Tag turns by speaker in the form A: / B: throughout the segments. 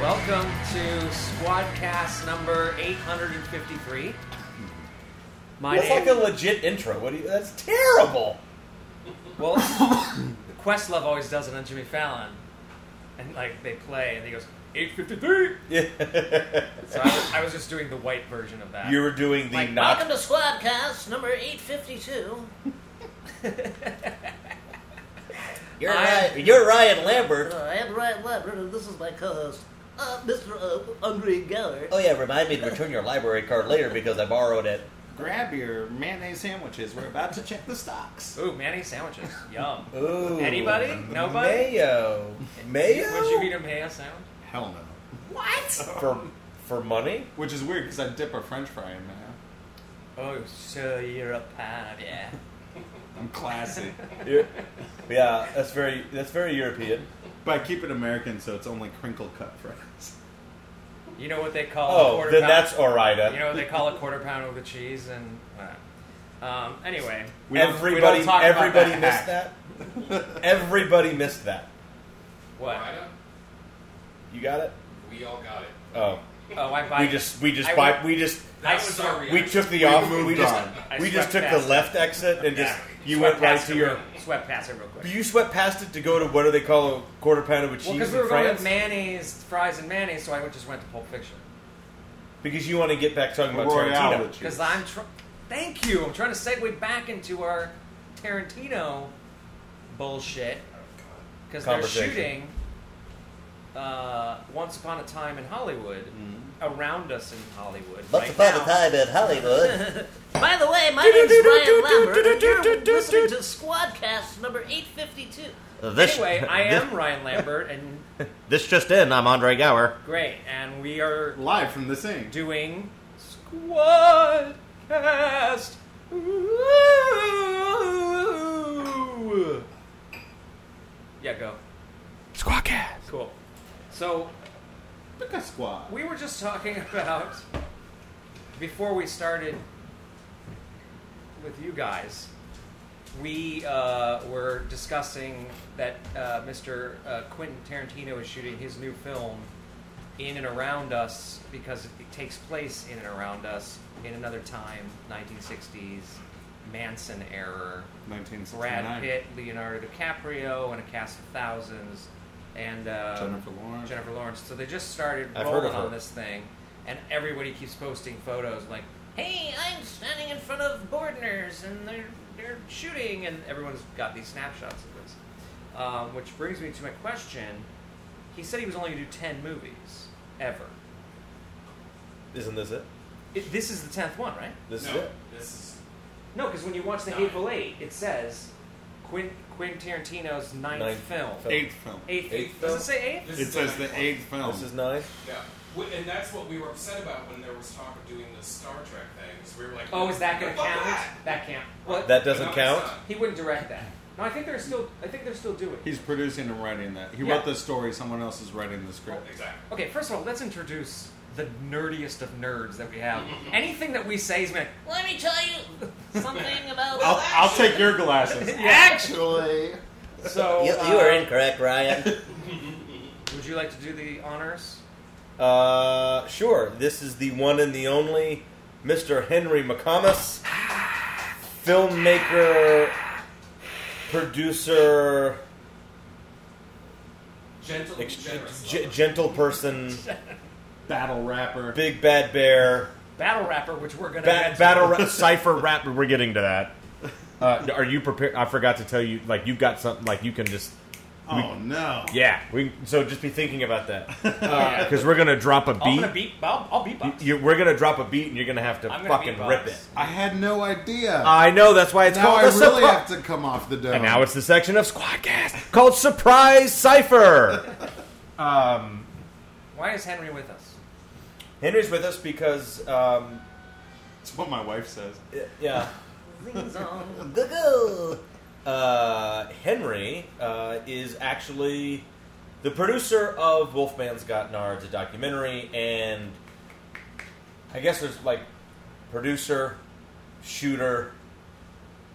A: Welcome to Squadcast number 853. My
B: That's
A: name,
B: like a legit intro. What do you, that's terrible.
A: well, Questlove always does it on Jimmy Fallon, and like they play, and he goes 853. So I was, I was just doing the white version of that.
B: you were doing the
A: Like,
B: not.
C: Welcome to Squadcast number 852. you're,
A: I-
C: Ryan,
B: You're Ryan Lambert.
C: uh, I'm Ryan Lambert, and this is my co host, uh, Mr. Uh, Andre Geller.
B: Oh yeah, remind me to return your library card later because I borrowed it.
D: Grab your mayonnaise sandwiches. We're about to check the stocks.
A: Ooh, Manny sandwiches, yum.
B: Ooh.
A: Anybody? Nobody?
B: Mayo. Mayo.
A: Would you eat a mayo sandwich?
D: Hell no.
B: for for money?
D: Which is weird because I dip a French fry in mayo.
A: Oh, so you're a pan, yeah.
D: I'm classy,
B: Yeah. yeah, that's very that's very European.
D: but I keep it American, so it's only crinkle cut fries.
A: You know what they call a
B: Oh,
A: quarter
B: then
A: pound?
B: that's uh, alright.
A: You know what they call a quarter pound with the cheese and. uh, Um, anyway,
D: We don't-
B: everybody
A: we don't talk about
B: everybody
A: that
B: missed that. everybody missed that.
A: what?
E: Rhino,
B: You got it?
E: we all got it.
B: Oh.
A: Oh, I buy.
B: We just we just
A: I
B: buy,
A: would-
B: we just
E: That
A: I
E: was
A: saw-
E: our
B: we
E: reaction.
B: took the
D: We
B: off.
D: moved
B: We just
D: on.
A: I
B: we
A: swept
B: just took
A: past
B: the left exit and just you went right
A: past
B: to
A: it
B: your.
A: real- swept past it real quick.
B: You swept past it to go to what do they call a quarter pounder with
A: Well, because
B: cheese
A: we
B: in
A: were going with
B: France?
A: mayonnaise, fries, and mayonnaise, so I would just went to Pulp Fiction.
B: because you want to get back talking about
D: Royale
B: Tarantino.
D: with cheese.
A: Because I'm. Tr- Thank you. I'm trying to segue back into our Tarantino bullshit. Because they're
B: Conversation.
A: shooting uh, Once Upon a Time in Hollywood
B: Mm-hmm.
A: around us in Hollywood. right now.
B: in Hollywood.
C: By the way, my name's Ryan Lambert, and you're listening to Squadcast number 852.
A: Anyway, I am Ryan Lambert, and
B: Uh, This just in. I'm Andre Gower.
A: great, and we are
D: Live from the sing.
A: doing Squadcast. Woo! Yeah, go. Squadcast. Cool. So
D: Look at squad.
A: we were just talking about before we started with you guys. We uh, were discussing that uh, Mr. Uh, Quentin Tarantino is shooting his new film in and around us because it takes place in and around us in another time, 1960s, Manson era.
D: 1969.
A: Brad Pitt, Leonardo DiCaprio, and a cast of thousands, and uh,
D: Jennifer Lawrence.
A: Jennifer Lawrence. So they just started
B: I've heard
A: rolling
B: of her.
A: on this thing, and everybody keeps posting photos like, "Hey, I'm standing in front of Bordners, and they're they're shooting," and everyone's got these snapshots of this. Um, which brings me to my question: He said he was only going to do ten movies ever.
B: Isn't this it?
A: It, this is the tenth one, right?
B: This
E: no,
B: is it.
E: this is
A: No, because when you watch The
E: Nine.
A: Hateful Eight, it says Quentin, Quentin Tarantino's ninth,
B: Ninth
A: film.
B: film.
D: Eighth film.
A: Eighth.
B: Eighth
A: Does
B: film?
A: it say eighth?
E: this
D: It
E: is
D: says the
E: ninth one.
D: eighth film.
B: This is nine.
E: Yeah, Wh- and that's what we were upset about when there was talk of doing the Star Trek things. We were like,
A: Oh, is that going to
E: "Fuck
A: count?
E: That,
A: That can't. What?
B: That doesn't
E: No, it's
B: count.
E: not.
A: he wouldn't direct that. No, I think they're still. I think they're still doing. it.
D: He's producing and writing that. He
A: Yeah.
D: wrote the story. Someone else is writing the script.
E: Exactly.
A: Okay, first of all, let's introduce the nerdiest of nerds that we have. Anything that we say is going
C: Let me tell you something about.
D: I'll, I'll take your glasses.
A: Yeah.
D: Actually,
A: to. So uh,
B: incorrect, Ryan.
A: Would you like to do the honors?
B: uh, sure. This is the one and the only Mr. Henry McComas, filmmaker, producer,
E: Gentle, and
B: ex-
E: generous.
B: g-
E: lover.
B: gentle person,
D: battle rapper.
B: big bad bear,
A: Battle rapper, which we're going to
B: ba- battle ra- cipher rap. We're getting to that. Uh, are you prepared? I forgot to tell you. Like you've got something. Like you can just
D: Oh no.
B: yeah. We so just be thinking about that because we're gonna drop a
A: I'm
B: Uh, beat.
A: going to beat. I'll, I'll beatbox.
B: You- we're gonna drop a beat and you're gonna have to
A: I'm gonna
B: fucking
A: beatbox.
B: rip it.
D: I had no idea.
B: I know that's why it's
D: now
B: called
D: I
B: the
D: really
B: surpri-
D: have to come off the dome.
B: And now it's the section of Squadcast called Surprise Cipher. um,
A: Why is Henry with us?
B: Henry's with us because, um,
D: It's what my wife says.
B: yeah,
C: Zing-zong.
B: Google. Uh, Henry uh, is actually the producer of Wolfman's Got Nards, a documentary, and I guess there's like producer, shooter,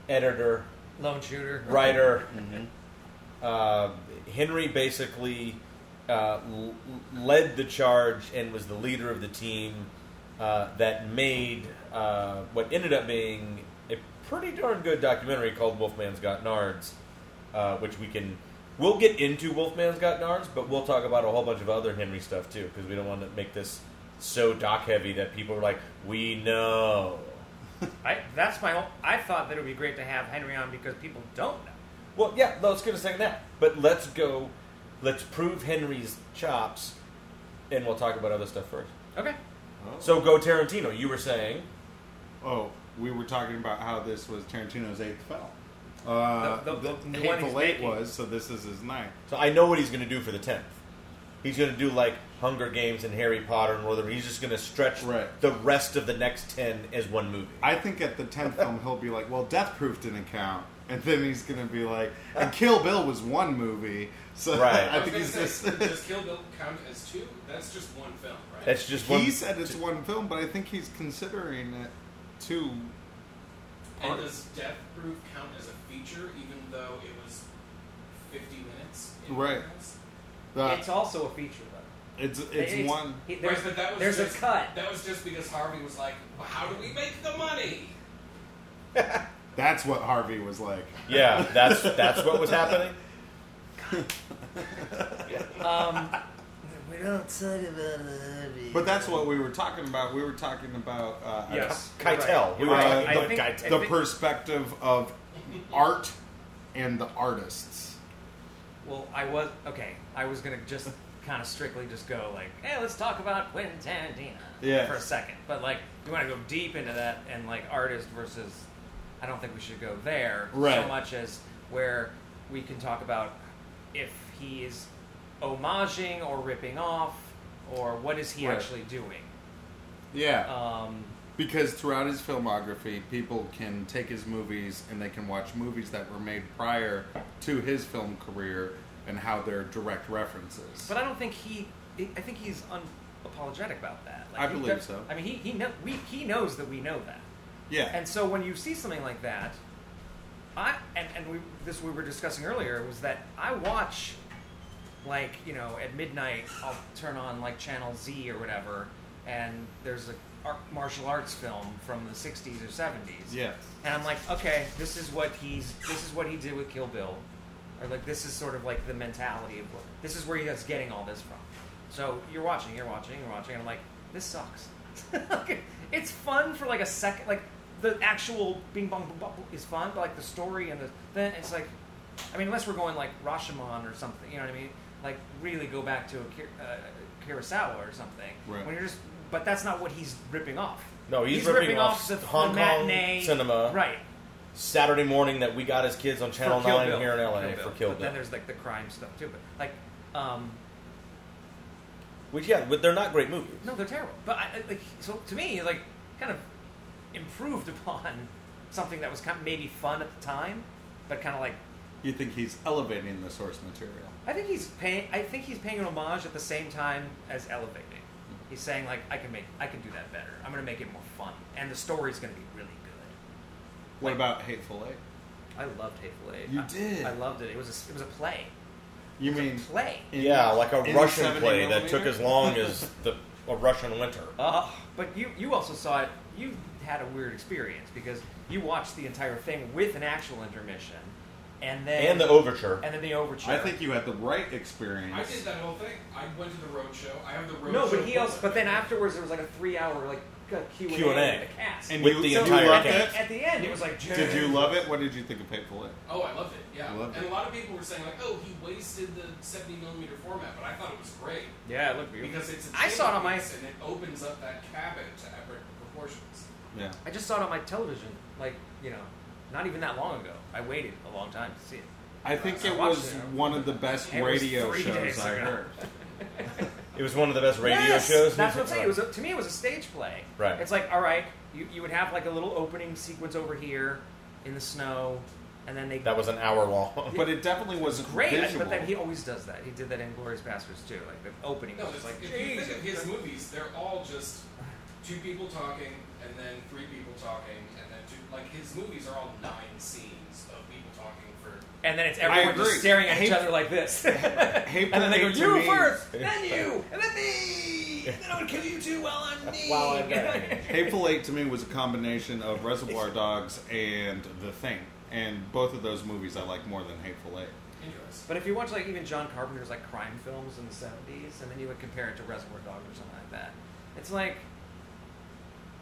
B: editor,
A: Lone shooter.
B: writer. Uh, Henry basically uh, l- led the charge and was the leader of the team uh, that made uh, what ended up being a pretty darn good documentary called Wolfman's Got Nards, uh, which we can. We'll get into Wolfman's Got Nards, but we'll talk about a whole bunch of other Henry stuff too, because we don't want to make this so doc heavy that people are like, we know.
A: I, that's my. o- I thought that it would be great to have Henry on because people don't know.
B: Well, yeah, let's get a second that. But let's go, let's prove Henry's chops, and we'll talk about other stuff first.
A: Okay.
D: Oh.
B: So go Tarantino. You were saying
D: Oh, we were talking about how this was Tarantino's eighth film. Uh,
A: The- the- the one he's
D: Hateful Eight
A: making.
D: was, so this is his ninth.
B: so. I know what he's going to do for the tenth. He's going to do like Hunger Games and Harry Potter and Northern. He's just going to stretch
D: Right.
B: the rest of the next ten as one movie.
D: I think at the tenth film he'll be like, "Well, Death Proof didn't count," and then he's gonna be like, "And Kill Bill was one movie." So
B: Right.
D: I think
E: was gonna
D: he's
E: say,
D: just.
E: does Kill Bill count as two? That's just one film, right?
B: That's just one.
D: he said it's one film, but I think he's considering it two.
E: and does Death Proof count as a feature, even though it was 50 minutes? in
D: Right.
E: films?
D: Uh,
A: it's also a feature though.
D: it's it's, one.
A: he-
E: Right,
A: there's
E: but that was
A: there's
E: just,
A: a cut.
E: That was just because Harvey was like, well, "How do we make the money?"
D: That's what Harvey was like.
B: Yeah, that's that's what was happening.
A: Um,
F: We're not talking about Harvey.
D: But that's what we were talking about. We were talking about uh, I
A: yes. you're right.
B: Keitel. We were
D: Uh,
B: talking
D: I
B: about
A: think-
B: Keitel.
D: the
A: think-
D: perspective of art and the artists.
A: Well, I was okay. I was gonna just kind of strictly just go like, hey, let's talk about Quentin Tarantino
D: Yes.
A: for a second. But like, we want to go deep into that and like artist versus. I don't think we should go there
D: Right.
A: so much as where we can talk about if he is homaging or ripping off or what is he
D: Right.
A: actually doing.
D: Yeah,
A: Um,
D: because throughout his filmography, people can take his movies and they can watch movies that were made prior to his film career and how they're direct references.
A: But I don't think he. I think he's unapologetic about that.
D: I
A: he
D: believe
A: does-
D: so.
A: I mean, he he know, we, he knows that we know that,
D: yeah,
A: and so when you see something like that, I and and we this we were discussing earlier was that I watch, like you know, at midnight I'll turn on like Channel Z or whatever, and there's a ar- martial arts film from the '60s or '70s.
D: yeah,
A: And I'm like, okay, this is what he's this is what he did with Kill Bill. Or like this is sort of like the mentality of what this is where he's getting all this from. So you're watching, you're watching, you're watching, and I'm like, this sucks. Like, it's fun for like a second like the actual bing bong boom, bop is fun, but like the story and the then it's like I mean unless we're going like Rashomon or something, you know what I mean? Like really go back to a Kur- uh, Kurosawa or something.
D: Right.
A: When you're just but that's not what he's ripping off.
B: No, he's ripping off Hong Kong
A: matinee-
B: cinema.
A: Right.
B: Saturday morning that we got as kids on Channel
A: For Kill
B: Nine
A: Bill.
B: here in LA for Kill
A: But
B: Bill.
A: then there's like the crime stuff too. But like, um,
B: Which yeah, but they're not great movies.
A: no, they're terrible. But I, I- like, so to me, like, kind of improved upon something that was kind of maybe fun at the time, but kind of like
D: you think he's elevating the source material?
A: I think he's paying. I think he's paying an homage at the same time as elevating. He's saying like, I can make, I can do that better. I'm gonna make it more fun, and the story's gonna be really good.
D: What about Hateful Eight?
A: I loved Hateful Eight.
D: You
A: I-
D: did.
A: I loved it. It was a, it was a play.
D: You mean
A: Play.
D: in-
B: yeah, like a
D: in
B: Russian
D: 70
B: play that took
D: millimeter?
B: as long as the a Russian winter.
A: Uh, but you you also saw it. You had a weird experience because you watched the entire thing with an actual intermission, and then
B: and the overture.
A: and then the overture.
D: I think you had the right experience.
E: I did that whole thing. I went to the road show. I have the road
A: no,
E: show.
A: but he also.
E: booklet.
A: But then afterwards, there was like a three-hour like Q and A
B: Q&A.
A: with the cast.
D: And
B: With
D: you,
B: the
D: you
B: entire
D: loved
B: cast.
D: it?
A: at the end, it was like.
D: Did you love it? What did you think of Hateful Eight?
E: Oh, I loved it. Yeah,
D: Loved
E: and
D: it.
E: a lot of people were saying like, "Oh, he wasted the 70 millimeter format," but I thought it was great
A: Yeah, it looked
E: because it's. A
A: I saw it on my.
E: table piece and it opens up that cabin to epic proportions.
D: Yeah.
A: I just saw it on my television, like you know, not even that long ago. I waited a long time to see it.
D: I think
A: I
D: it
A: watched
D: was
A: it.
D: one of the best
A: It was
D: radio
A: three
D: shows
A: days
D: I
A: ago.
D: heard.
B: it was one of the best radio
A: Yes!
B: shows.
A: That's what I'm saying. It was a, to me, it was a stage play.
B: Right.
A: It's like, all right, you, you would have like a little opening sequence over here in the snow, and then they.
B: that was an hour long.
D: But it definitely was
A: great,
D: visual.
A: but then he always does that. He did that in Glorious Bastards too. Like the opening
E: No,
A: was
E: it's
A: just like,
E: if you think
A: Jesus.
E: of his movies, they're all just two people talking, and then three people talking, and then two. Like his movies are all nine scenes of people talking for.
A: And then it's everyone
D: agree.
A: just staring at each
D: Hate-
A: other like this. and
D: Hateful
A: then they go,
D: Eight to
A: you
D: me-
A: first, then you, and then me, and then I'm gonna kill you too while I'm me.
B: While I'm there.
D: Hateful Eight to me was a combination of Reservoir Dogs and The Thing, and both of those movies I like more than Hateful Eight.
E: Interesting.
A: But if you watch like even John Carpenter's like crime films in the seventies, and then you would compare it to Reservoir Dogs or something like that, it's like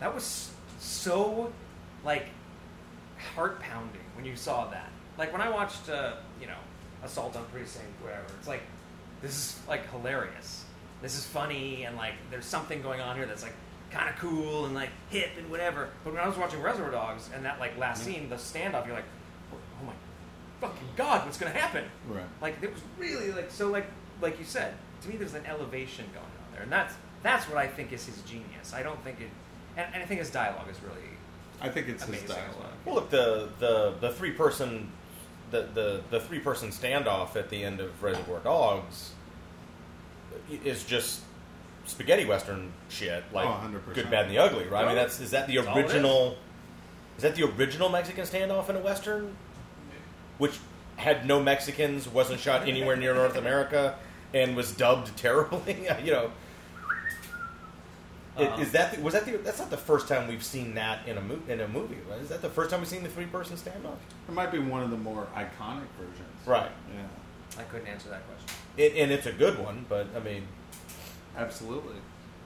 A: that was so like heart pounding when you saw that. Like when I watched uh, you know Assault on Precinct, whatever. It's like this is like hilarious. This is funny, and like there's something going on here that's like kind of cool and like hip and whatever. But when I was watching Reservoir Dogs and that like last scene, the standoff, you're like, oh my fucking god, what's gonna happen?
D: Right.
A: Like it was really like so like like you said to me, there's an elevation going on there, and that's that's what I think is his genius. I don't think it, and, and I think his dialogue is really
D: I think it's
A: amazing
D: his
A: as
D: dialogue.
A: well.
B: Well, look the the the three person the the, the three person standoff at the end of Reservoir Dogs i- is just spaghetti western shit like
D: Oh, 100%.
B: good, bad, and the ugly. Right? I mean, that's is that the
A: That's all it
B: original? Is. that the original Mexican standoff in a western, which had no Mexicans, wasn't shot anywhere near North America, and was dubbed terribly? you know. It-
D: Uh-huh.
A: Um,
B: is that the, was that the, that's not the first time we've seen that in a mo- in a movie? Right? Is that the first time we've seen the three person standoff?
D: It might be one of the more iconic versions.
B: Right.
D: Yeah.
A: I couldn't answer that question.
B: It, and it's a good one, but I mean,
D: Absolutely.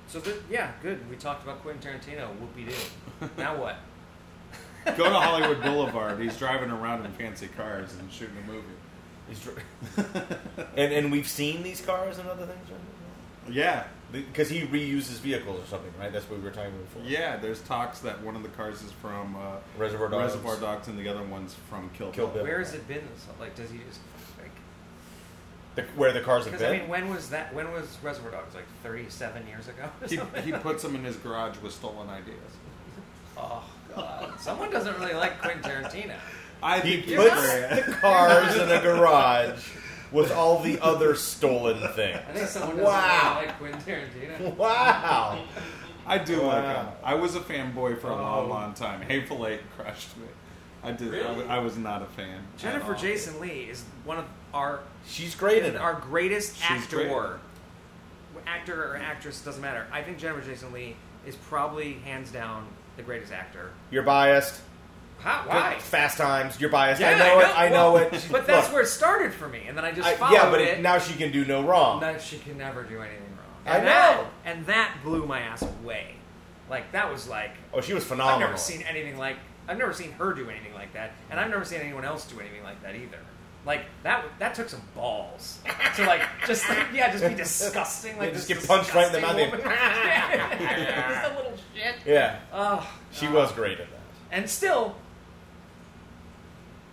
A: So th- yeah, good. We talked about Quentin Tarantino. Whoopie doo. now what?
D: Go to Hollywood Boulevard. He's driving around in fancy cars and shooting a movie.
B: it's dr- and and we've seen these cars and other things,
D: Yeah.
B: because he reuses vehicles or something, right? That's what we were talking about before.
D: Yeah, there's talks that one of the cars is from uh,
B: Reservoir Dogs.
D: Reservoir Dogs and the other one's from Kill,
B: Kill
D: Bill.
B: Bill.
A: Where has it been? this Like, does he just like?
B: The, where the cars have
A: Because I
B: been.
A: mean, when was that? When was Reservoir Dogs? Like 37 years ago. Or something?
D: He, he puts them in his garage with stolen ideas.
A: oh god. Someone doesn't really like Quentin Tarantino.
D: I
B: he
D: think you're
B: puts
D: great.
B: the cars in a garage with all the other stolen things.
A: I think someone doesn't
B: Wow!
A: really like Quentin Tarantino.
B: Wow!
D: I do like
B: Wow. Um,
D: him. I was a fanboy for a
A: Oh.
D: long, long time. Hateful Eight crushed me. I did. I, wa- I was not a fan. at
A: Jennifer
D: all.
A: Jason Lee is one of our
B: She's great in it.
A: our greatest
D: She's
A: actor.
D: great.
A: Actor or actress doesn't matter. I think Jennifer Jason Lee is probably hands down the greatest actor.
B: You're biased.
A: How,
B: Good-
A: why?
B: Fast times. You're biased.
A: Yeah,
B: I know it. I know
A: well,
B: it.
A: But that's
B: Look,
A: where it started for me, and then I just
B: I-
A: followed
B: yeah, but
A: it.
B: now she can do no wrong.
A: No, she can never do anything wrong.
B: I
A: And that-
B: know.
A: and that blew my ass away. Like that was like
B: Oh, she was
A: I've
B: phenomenal.
A: never seen anything like I've never seen her do anything like that, and I've never seen anyone else do anything like that either. Like that that took some balls to like just yeah just be disgusting like
B: Yeah, just
A: this
B: get punched right in the
A: disgusting
B: mouth.
A: woman. Yeah. Just a little shit.
B: Yeah,
A: Oh,
B: she
A: God.
B: was great in that.
A: and still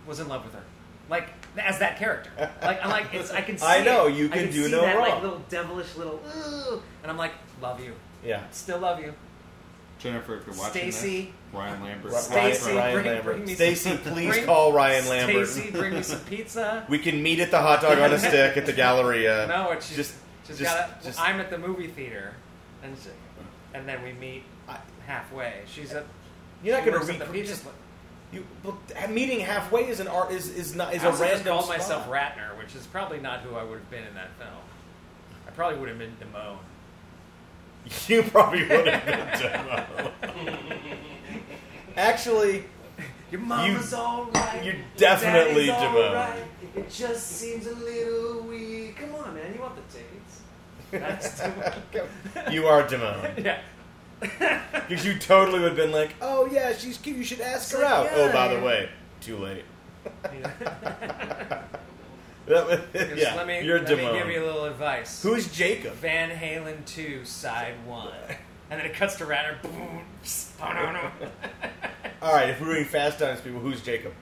A: was in love with her. Like as that character, like I'm like it's I can. See
B: I know,
A: it.
B: you
A: I
B: can do
A: see
B: no
A: that, Like
B: wrong.
A: little devilish little ooh, and I'm like love you,
B: Yeah.
A: still love you.
D: Jennifer, if you're watching
A: Stacy.
D: this, Ryan Lambert.
B: Ri-
A: Stacy,
B: Ryan
A: bring-
B: Lambert.
A: bring me
B: Stacy,
A: some-
B: please
A: bring-
B: call Ryan Lambert.
A: Stacy, bring me some pizza.
B: We can meet at the hot dog on a stick at the Galleria.
A: No, it's
B: just,
A: just, just,
B: just-
A: gotta.
B: just-
A: I'm at the movie theater, and she- and then we meet
B: I-
A: halfway. She's at.
B: You're not
A: she
B: gonna
A: works at
B: recreate-
A: the pizza.
B: you, but meeting halfway is an art is is not is
A: I
B: a
A: also
B: random.
A: just called
B: spot.
A: myself Ratner, which is probably not who I would have been in that film. I probably would have been Damone.
B: You probably would have been demo. Actually,
A: Your
B: mama's
A: alright.
B: you definitely Daddy's all Damone. right.
A: It just seems a little weak. Come on, man. You want the tickets? That's
B: you are Damone.
A: yeah.
B: Because you totally would have been like, oh yeah, she's cute. You should ask her
A: like,
B: out.
A: yeah,
B: oh, by the
A: yeah.
B: way, too late.
A: yeah.
B: That was,
A: Just
B: yeah,
A: let me,
B: you're
A: let
B: Damone.
A: me give you a little advice.
B: Who's Jacob?
A: Van Halen 2, side 1. And then it cuts to Ratner. Boom. Psst, Oh, no, no.
B: All right, if we're doing Fast Times, people, who's Jacob?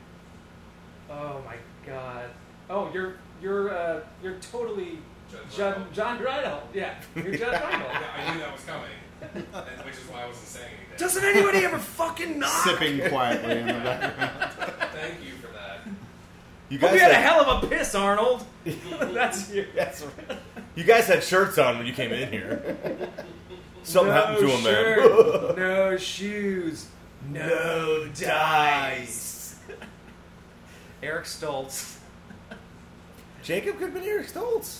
A: Oh, my God. Oh, you're, you're, uh, you're totally
E: Judge
A: John,
E: Reinhold.
A: John Reinhold. Yeah, you're John Reinhold.
E: Yeah, I knew that was coming, and- which is why I wasn't saying anything.
A: Doesn't anybody ever fucking knock?
D: Sipping quietly in the background.
E: Thank you for that.
B: You
A: Hope you had a
B: had-
A: hell of a piss, Arnold. That's you.
B: That's right. You guys had shirts on when you came in here. Something
A: no
B: happened to him, man.
A: shirt, no shoes, no dice. Eric Stoltz.
B: Jacob could have been Eric Stoltz.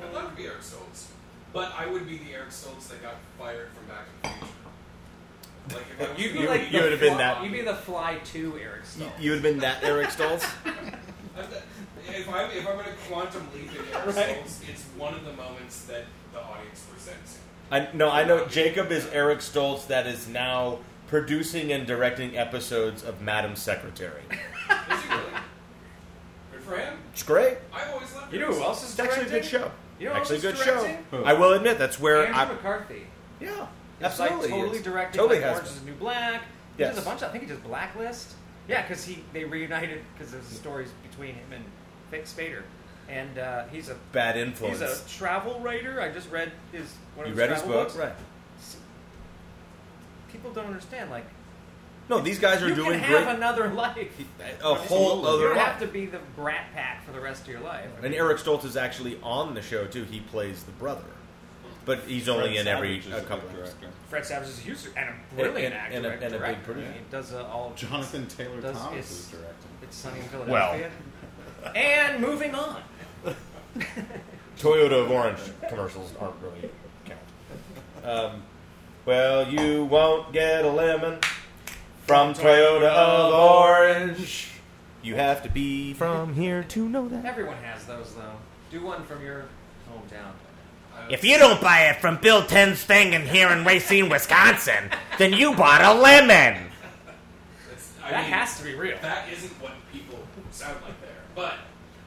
E: I'd love to be Eric Stoltz, but I would be the Eric Stoltz that got fired from Back to the Future. Like if I was
B: You'd be
E: gonna
B: like
E: be
B: the You would've been
E: fly-
B: that-
A: You'd be the Fly Two Eric
B: You,
A: Stoltz.
B: you would have been that Eric Stoltz.
E: If I'm if I'm gonna quantum leap in Eric
A: Right.
E: Stoltz, it's one of the moments that the audience resents him.
B: I no, I know Jacob is Eric Stoltz that is now producing and directing episodes of Madam Secretary.
E: Is he really? Good for him.
B: It's great.
E: I've always loved.
A: You know
E: Eric
A: who
E: Stoltz.
A: else is
B: It's actually a good
A: directing?
B: show.
A: You know
B: actually a
A: who else
B: good
A: is
B: show.
A: directing?
B: I will admit that's where
A: Andrew
B: I
A: McCarthy.
B: yeah,
A: It's like
B: absolutely
A: totally
B: is.
A: directed.
B: Totally
A: like
B: has
A: Orange
B: been.
A: is the New Black. He
B: Yes.
A: does a bunch. Of, I think he does Blacklist. Yeah, because he they reunited because there's stories between him and Vic Spader, and uh, he's a
B: bad
A: he's a
B: influence.
A: travel writer. I just read his one of his
B: you read his
A: travel
B: book,
A: books.
B: right?
A: S- People don't understand. Like
B: No, these guys are
A: you
B: doing
A: can have
B: great.
A: another life.
B: a whole
A: You
B: other
A: don't
B: life.
A: have to be the brat pack for the rest of your life. I
B: And
A: mean,
B: Eric Stoltz is actually on the show too. He plays the brother, but he's only in every
D: Savage is
B: a couple of
D: good
B: episodes.
D: director.
A: Fred Savage is a huge and a brilliant
B: and-
A: actor
B: and a- and a big
A: director.
B: producer.
A: He does uh, all of
D: Jonathan Taylor
A: Does-
D: Thomas
A: is-
D: is directing.
A: It's sunny in Philadelphia. and moving on.
B: Toyota of Orange commercials aren't really count. Um, well, you won't get a lemon from Toyota of Orange. You have to be from here to know that.
A: Everyone has those though. Do one from your hometown.
G: If you don't buy it from Bill Ten's thing in here in Racine, Wisconsin, then you bought a lemon.
E: That's- I
A: That
E: mean,
A: has to be real.
E: That isn't what people sound like there. But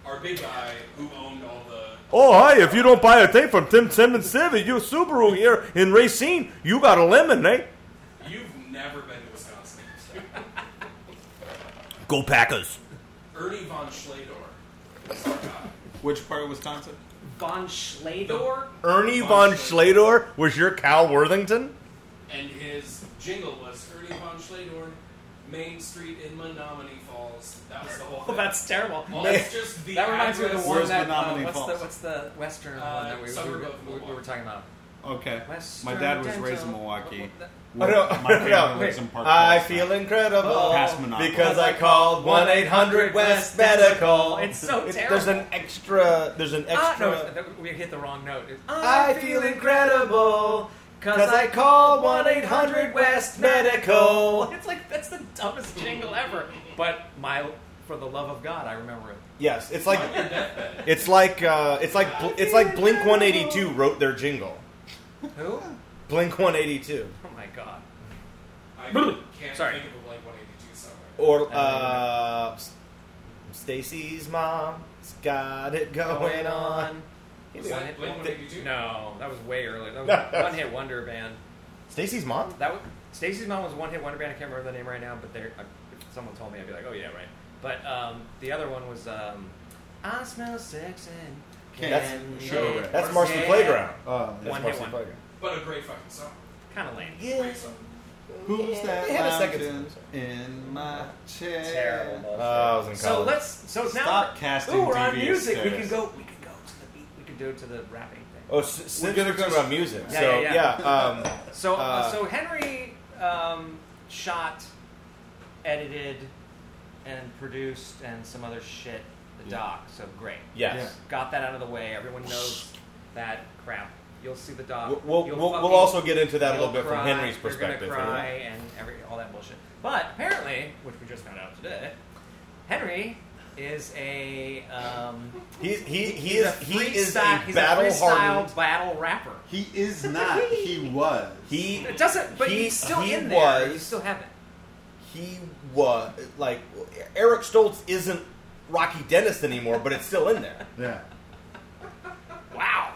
E: our big guy who owned all the
B: Oh, hi, if you don't buy a thing from Tim Simmons Civic, you Subaru here in Racine, you got a lemon, eh?
E: you've never been to Wisconsin.
G: Go Packers.
E: Ernie von Schlador was our guy.
D: Which part of Wisconsin?
A: Von Schlador.
B: Ernie Von Schlador was your Cal Worthington?
E: And his jingle was Ernie von Schlador, Main Street in Menominee Falls. That was the whole
A: Oh,
E: thing.
A: that's terrible.
E: Well, that's just the
A: That reminds me of the
E: address.
A: one
D: Where's
A: that uh,
D: Menominee
A: what's the
D: Falls?
A: what's the western
E: Uh,
A: one that we, we,
E: suburb
A: were-
E: of
A: we, we were talking about.
D: Okay.
A: Western
D: My dad was raised in
A: Dental.
D: Milwaukee.
A: What- what
B: I don't-
D: Well,
B: I
D: My
B: don't know.
D: family lives in Park
B: I
D: Forest
B: feel
D: now.
B: incredible
D: Past Monopoly.
B: because I called one eight hundred West Medical.
A: It's so
B: It-
A: terrible.
B: There's an extra. There's an
A: Ah,
B: extra.
A: no, th- we hit the wrong note. It's,
B: I feel incredible because I called one eight hundred West Medical.
A: It's like that's the dumbest jingle ever. But my, for the love of God, I remember it.
B: Yes, it's like it's like uh, it's like Bl- it's like Blink one eighty two wrote their jingle.
A: Who?
B: Blink one eighty two
A: Oh my God.
E: I can't
A: Sorry.
E: think of a Blink 182 somewhere.
B: or uh, Stacy's mom's got it going on.
E: Was that Blink 182?
A: No, that was way earlier. That was one hit wonder band.
B: Stacy's mom.
A: That was Stacy's mom was one hit wonder band. I can't remember the name right now, but they if someone told me, I'd be like, oh yeah, right. But um, the other one was um, I smell sex and
D: Can't-
A: candy.
D: That's- sure, right.
B: That's Marcy Playground.
D: Uh,
B: That's
A: One hit
B: Marcy
A: wonder.
B: Playground.
E: But a great fucking song.
A: Kind of lame.
E: Great song.
D: who's that?
B: They had a second
D: lounging in my chair.
A: Terrible.
B: Uh, I was in college.
A: So let's. So now.
D: Stop casting
A: Ooh, we're on
D: devious
A: music. We can
D: stares.
A: go. We can go to the beat. We can do it to the rapping thing.
B: Oh, s- since
D: gonna
B: we're talking
D: just-
B: about music,
A: Yeah,
B: so
A: yeah,
B: yeah,
A: yeah.
B: um,
A: So, uh,
B: uh,
A: so Henry um, shot, edited, and produced, and some other shit. The
D: Yeah.
A: doc. So great.
B: yes,
A: Got that out of the way. Everyone knows that crap. You'll see the doc.
B: We'll- we'll
A: You'll
B: we'll,
A: fucking-
B: we'll also get into that a
A: you'll
B: little bit from
A: cry,
B: Henry's
A: you're gonna
B: perspective.
A: cry and every all that bullshit. But apparently, which we just found out today, Henry is a. Um,
B: He's he he
A: He's
B: is
A: a
B: he is
A: freestyle-
B: a
A: he's
B: battle
A: freestyle
B: hardened.
A: battle rapper.
D: He is not. He was.
B: He
A: It doesn't, but
B: he,
A: he's still
B: he
A: in there. You
B: Was,
A: still have it.
B: he was like Eric Stoltz isn't Rocky Dennis anymore, but it's still in there.
D: Yeah.
A: Wow,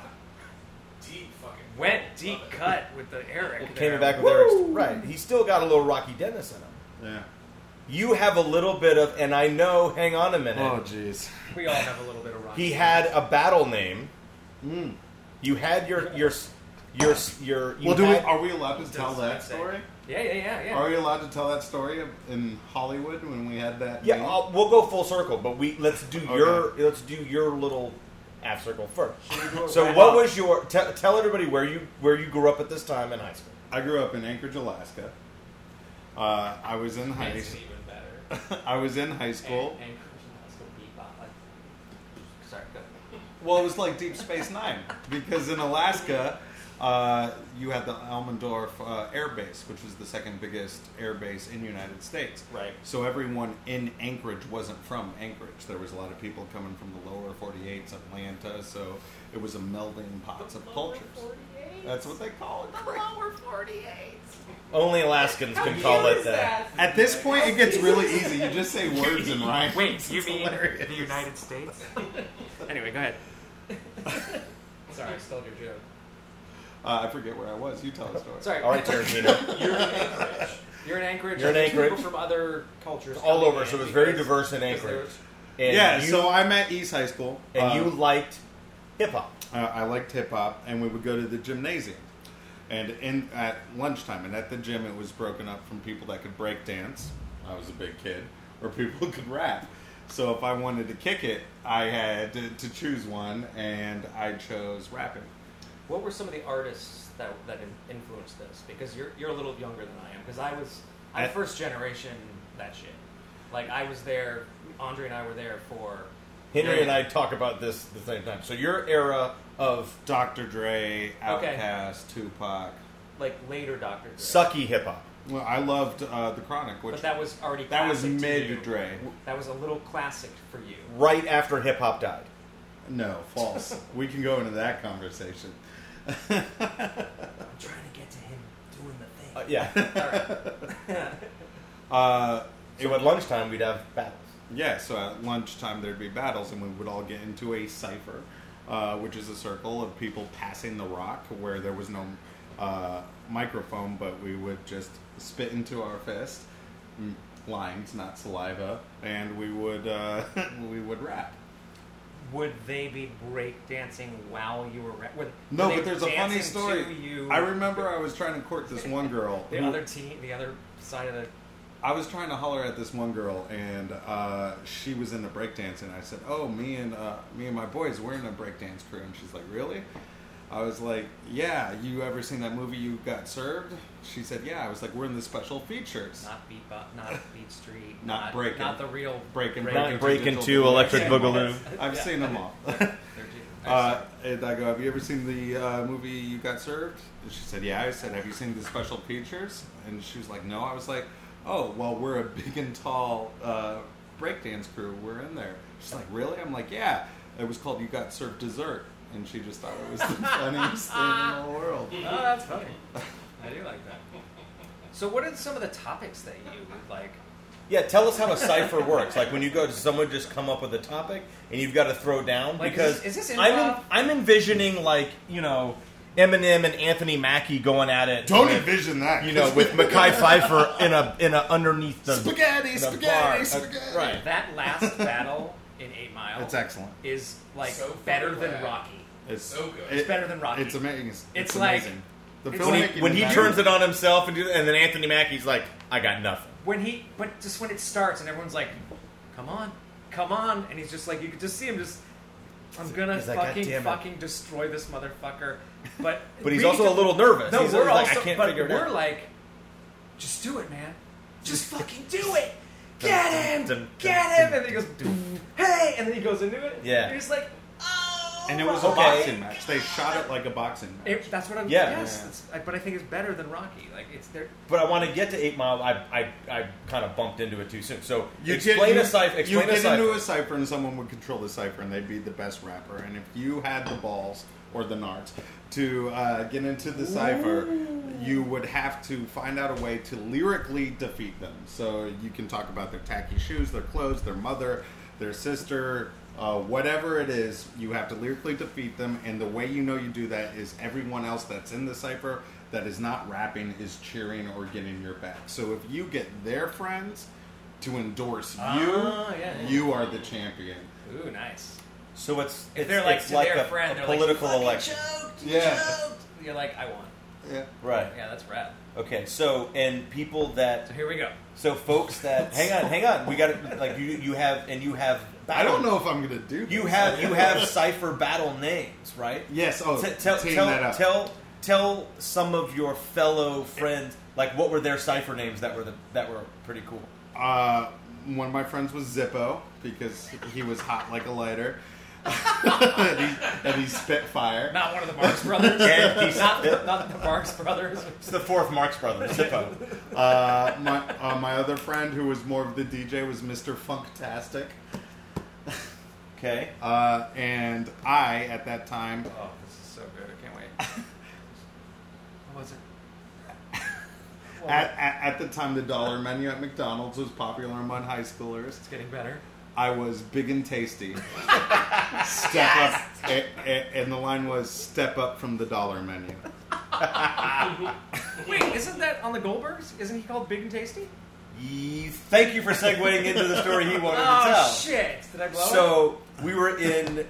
E: Deep fucking.
A: went
E: Love
A: deep
E: it.
A: cut with the Eric.
B: Came
A: there.
B: back with Eric, St- right? He's still got a little Rocky Dennis in him.
D: Yeah.
B: You have a little bit of, and I know. Hang on a minute.
D: Oh, jeez.
A: We all have a little bit of rock.
B: He had a battle name.
D: Hmm.
B: You had your your your your. You
D: Well, do we,
B: had-
D: are we allowed to tell
A: Does
D: that
A: that say-
D: story?
A: Yeah, yeah, yeah, yeah.
D: Are we allowed to tell that story of- in Hollywood when we had that?
B: yeah,
D: name?
B: I'll, we'll go full circle, but we let's do
D: Okay.
B: your let's do your little half circle first.
D: we do it
B: So,
D: right
B: what
D: now?
B: was your? T- tell everybody where you where you grew up at this time in high school.
D: I grew up in Anchorage, Alaska. Uh, I was in high.
E: Makes it even better.
D: I was in high school.
E: And, and Christian high school bebop. Like, sorry, go.
D: Well, it was like Deep Space Nine because in Alaska, uh, you had the Almendorf uh, Air Base, which was the second biggest air base in the United States.
B: Right.
D: So everyone in Anchorage wasn't from Anchorage. There was a lot of people coming from the lower 48s, Atlanta. So it was a melding pots of cultures. That's what they call it.
B: Only Alaskans can call it that.
D: At this point, it gets really easy. You just say words and rhyme.
H: Wait, you mean
D: hilarious.
H: the United States?
A: Anyway, go ahead. Sorry, I stole your joke.
D: Uh, I forget where I was. You tell the story.
A: Sorry.
B: All right, Tarantino,
E: You're
A: You're
E: in Anchorage.
A: in Anchorage.
B: You're in
A: There's
B: Anchorage.
A: People from other cultures.
B: all
A: coming
B: over.
A: in
B: So it was very
A: because-
B: diverse in
A: because
B: Anchorage.
A: there-
B: And
D: yeah,
B: you,
D: so I'm at East High School.
B: and
D: Uh,
B: you liked hip hop.
D: uh, I liked hip hop, and we would go to the gymnasium, and in at lunchtime, and at the gym, it was broken up from people that could break dance. I was a big kid, or people who could rap. So if I wanted to kick it, I had to, to choose one, and I chose rapping.
A: What were some of the artists that that in- influenced this? Because you're you're a little younger than I am. Because I was I'm
D: I-
A: first generation that shit. Like I was there. Andre and I were there for.
B: Henry and I talk about this at the same time. So your era of
D: Dr. Dre, Outkast, Tupac.
A: Like later Dr. Dre.
B: sucky hip hop.
D: Well, I loved uh, the Chronic, which
A: But that was already.
D: that was
A: classic to you.
D: mid Dre.
A: That was a little classic for you.
B: Right after hip hop died.
D: No, false. we can go into that conversation.
A: I'm trying to get to him doing the thing.
B: Uh, yeah.
D: Uh,
B: so at lunchtime we'd have battles.
D: Yeah, so at lunchtime there'd be battles, and we would all get into a cipher, uh, which is a circle of people passing the rock where there was no uh, microphone, but we would just spit into our fist, mm, lines, not saliva, and we would uh, we would rap.
A: Would they be break dancing while you were? Re- were
D: No,
A: were they
D: but there's a funny
A: dancing
D: story.
A: To you,
D: I remember I was trying to court this one girl.
A: the
D: who-
A: other team, the other side of the.
D: I was trying to holler at this one girl, and uh, she was into breakdance, and I said, "Oh, me and uh, me and my boys, we're in a breakdance crew." And she's like, "Really?" I was like, "Yeah." You ever seen that movie? You got served? She said, "Yeah." I was like, "We're in the special features."
A: Not beat, Bo- not beat street,
D: Not breaking.
A: not the real
D: Breaking,
A: break.
D: breaking.
B: Not
D: Break
B: break
D: into
B: into Electric
A: Yeah.
B: Boogaloo.
D: I've
A: Yeah.
D: seen them all.
A: They're just-
D: uh, and I go, "Have you ever seen the uh, movie You Got Served?" And she said, "Yeah." I said, "Have you seen the special features?" And she was like, "No." I was like, "Oh, well, we're a big and tall uh, breakdance crew. We're in there." She's like, "Really?" I'm like, "Yeah." It was called You Got Served Dessert, and she just thought it was the funniest thing in the world.
A: oh, that's funny. I do like that. So, what are some of the topics that you would like?
B: Yeah, tell us how a cipher works. Like when you go, does someone just come up with a topic and you've got to throw down?
A: Like,
B: because
A: is this- is this
B: I'm
A: improv?
B: en- I'm envisioning like you know Eminem and Anthony Mackie going at it.
D: Don't
B: with,
D: envision that.
B: you know with Mackay Pfeiffer in a in a underneath the
D: spaghetti,
B: in a bar.
D: spaghetti,
B: Uh,
D: spaghetti.
B: right.
A: That last battle in Eight Mile
D: It's excellent.
A: is like
E: So
A: better
E: fucking
A: than
E: rad.
A: Rocky.
D: It's
E: So good.
A: It's better than Rocky.
D: It's amazing. It's,
A: It's like-
D: amazing.
A: it's
B: When
A: like-
B: he, when he
D: filmmaking-
B: turns it on himself and do, and then Anthony Mackie's like, I got nothing.
A: When he, but just when it starts and everyone's like, "Come on, come on," and he's just like, you could just see him just. I'm gonna
B: he's like,
A: fucking
B: "God damn it."
A: fucking destroy this motherfucker, but
B: But he's
A: we
B: also a
A: don't-
B: little nervous.
A: No,
B: he's
A: we're
B: always
A: also,
B: like, I can't
A: but
B: figure it
A: we're
B: out.
A: like, just do it, man. Just fucking do it. Get
B: dun,
A: him.
B: dun,
A: Get
B: dun,
A: him. And then he goes, "Boom. hey, and then he goes into it.
B: Yeah.
A: You're just like, oh.
D: And it was
A: my
D: a boxing
A: God."
D: match. They shot it like a boxing match.
A: It- that's what I'm.
B: Yeah.
A: Yes, that's- I- but I think it's better than Rocky. Like it's there.
B: But I want to get to Eight Mile. I I, I kind of bumped into it too soon. So
D: You
B: explain
D: get,
B: a cipher.
D: You
B: Explain a
D: get into a
B: cipher.
D: cipher, and someone would control the cipher, and they'd be the best rapper. And if you had the balls or the nards to uh, get into the cipher, you would have to find out a way to lyrically defeat them. So you can talk about their tacky shoes, their clothes, their mother, their sister. Uh, whatever it is, you have to lyrically defeat them, and the way you know you do that is everyone else that's in the cipher that is not rapping is cheering or getting your back. So if you get their friends, to endorse you,
A: Ah, yeah, yeah.
D: you are the champion.
A: Ooh, nice.
B: So it's
A: If
B: it's,
A: they're like
B: it's
A: to
B: like
A: their
B: a,
A: friend,
B: a
A: they're like,
B: political
A: "Fucking
B: election,
A: choked, you
D: Yeah.
A: choked." You're like, I won.
D: Yeah.
B: right?
A: Yeah, that's rad.
B: Okay. So and people that
A: So here we go.
B: so folks that hang on, hang on. We got to like you you have and you have
D: I
B: battle.
D: don't know if I'm gonna do.
B: You
D: this.
B: have you have cipher battle names, right?
D: Yes. Oh,
B: T- tell,
D: team
B: tell,
D: that up.
B: tell tell some of your fellow friends like what were their cipher names that were the, that were pretty cool.
D: Uh, one of my friends was Zippo because he was hot like a lighter, and, he, and he spit fire.
A: Not one of the Marx Brothers.
B: And he's-
A: not, not the Marx Brothers.
B: It's the fourth Marx brother, Zippo.
D: Uh, my uh, my other friend who was more of the DJ was Mr. Funktastic,
B: Okay.
D: uh, and I at that time
A: Oh, this is so good. I can't wait. What was it? Well,
D: at, at, at the time the dollar menu at McDonald's was popular among high schoolers.
A: it's getting better.
D: I was big and tasty. step up, a, a- and the line was step up from the dollar menu.
A: Wait, isn't that on the Goldbergs? Isn't he called Big and Tasty?
B: Ye- Thank you for segueing into the story he wanted
A: Oh,
B: to tell.
A: shit! Did I blow it?
B: So we were in,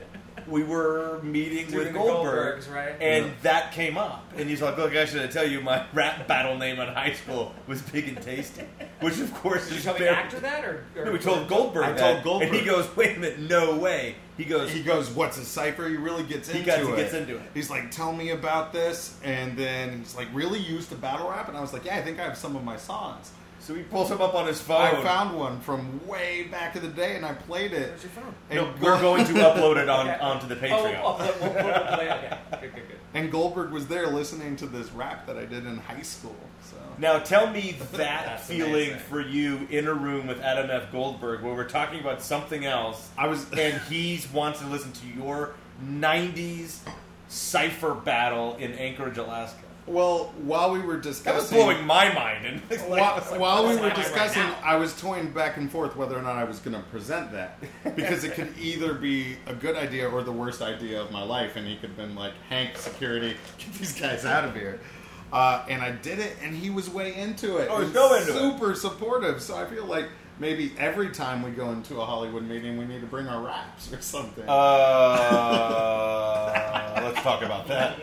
B: we were meeting
A: Doing
B: with
A: the
B: Goldberg,
A: Goldbergs, right?
B: and
D: Yeah.
B: that came up, and he's like, "Look, I should tell you, my rap battle name in high school was Big and Tasty," which of course
A: Did you
B: is
A: tell the
B: very-
A: actor that, or, or
B: No, we told Goldberg.
D: I
B: that,
D: told Goldberg.
B: and he goes, "Wait a minute, no way." He goes,
D: He goes, "What's a cipher?" He really gets
B: He
D: into
B: gets-
D: it.
B: he gets into it.
D: He's like, "Tell me about this," and then he's like, "Really used to battle rap?" And I was like, "Yeah, I think I have some of my songs.
B: so he pulls him up on his phone.
D: I found one from way back in the day, and I played it."
A: Where's your phone?
D: And,
B: No, we're going to upload it on
A: Okay.
B: onto the
A: Oh,
B: Patreon.
A: oh, oh, oh, oh, oh, yeah, okay. Good, good, good.
D: and Goldberg was there listening to this rap that I did in high school. So
B: Now tell me that
A: That's
B: feeling
A: amazing.
B: for you in a room with Adam F. Goldberg where we're talking about something else
D: I was.
B: and he wants to listen to your 90s cipher battle in Anchorage, Alaska.
D: Well, while we were
B: That was
D: discussing,
B: blowing my mind. And it's like,
D: While,
B: it's like,
D: while we
B: that's
D: were
B: not right
D: discussing,
B: now.
D: I was toying back and forth whether or not I was going to present that because it could either be a good idea or the worst idea of my life, and he could have been like, "Hank, security, get these guys out of here." Uh, and I did it, and he was way into it.
B: Oh, he's
D: He was
B: so into it.
D: super supportive. So I feel like maybe every time we go into a Hollywood meeting, we need to bring our raps or something.
B: uh, let's talk about that.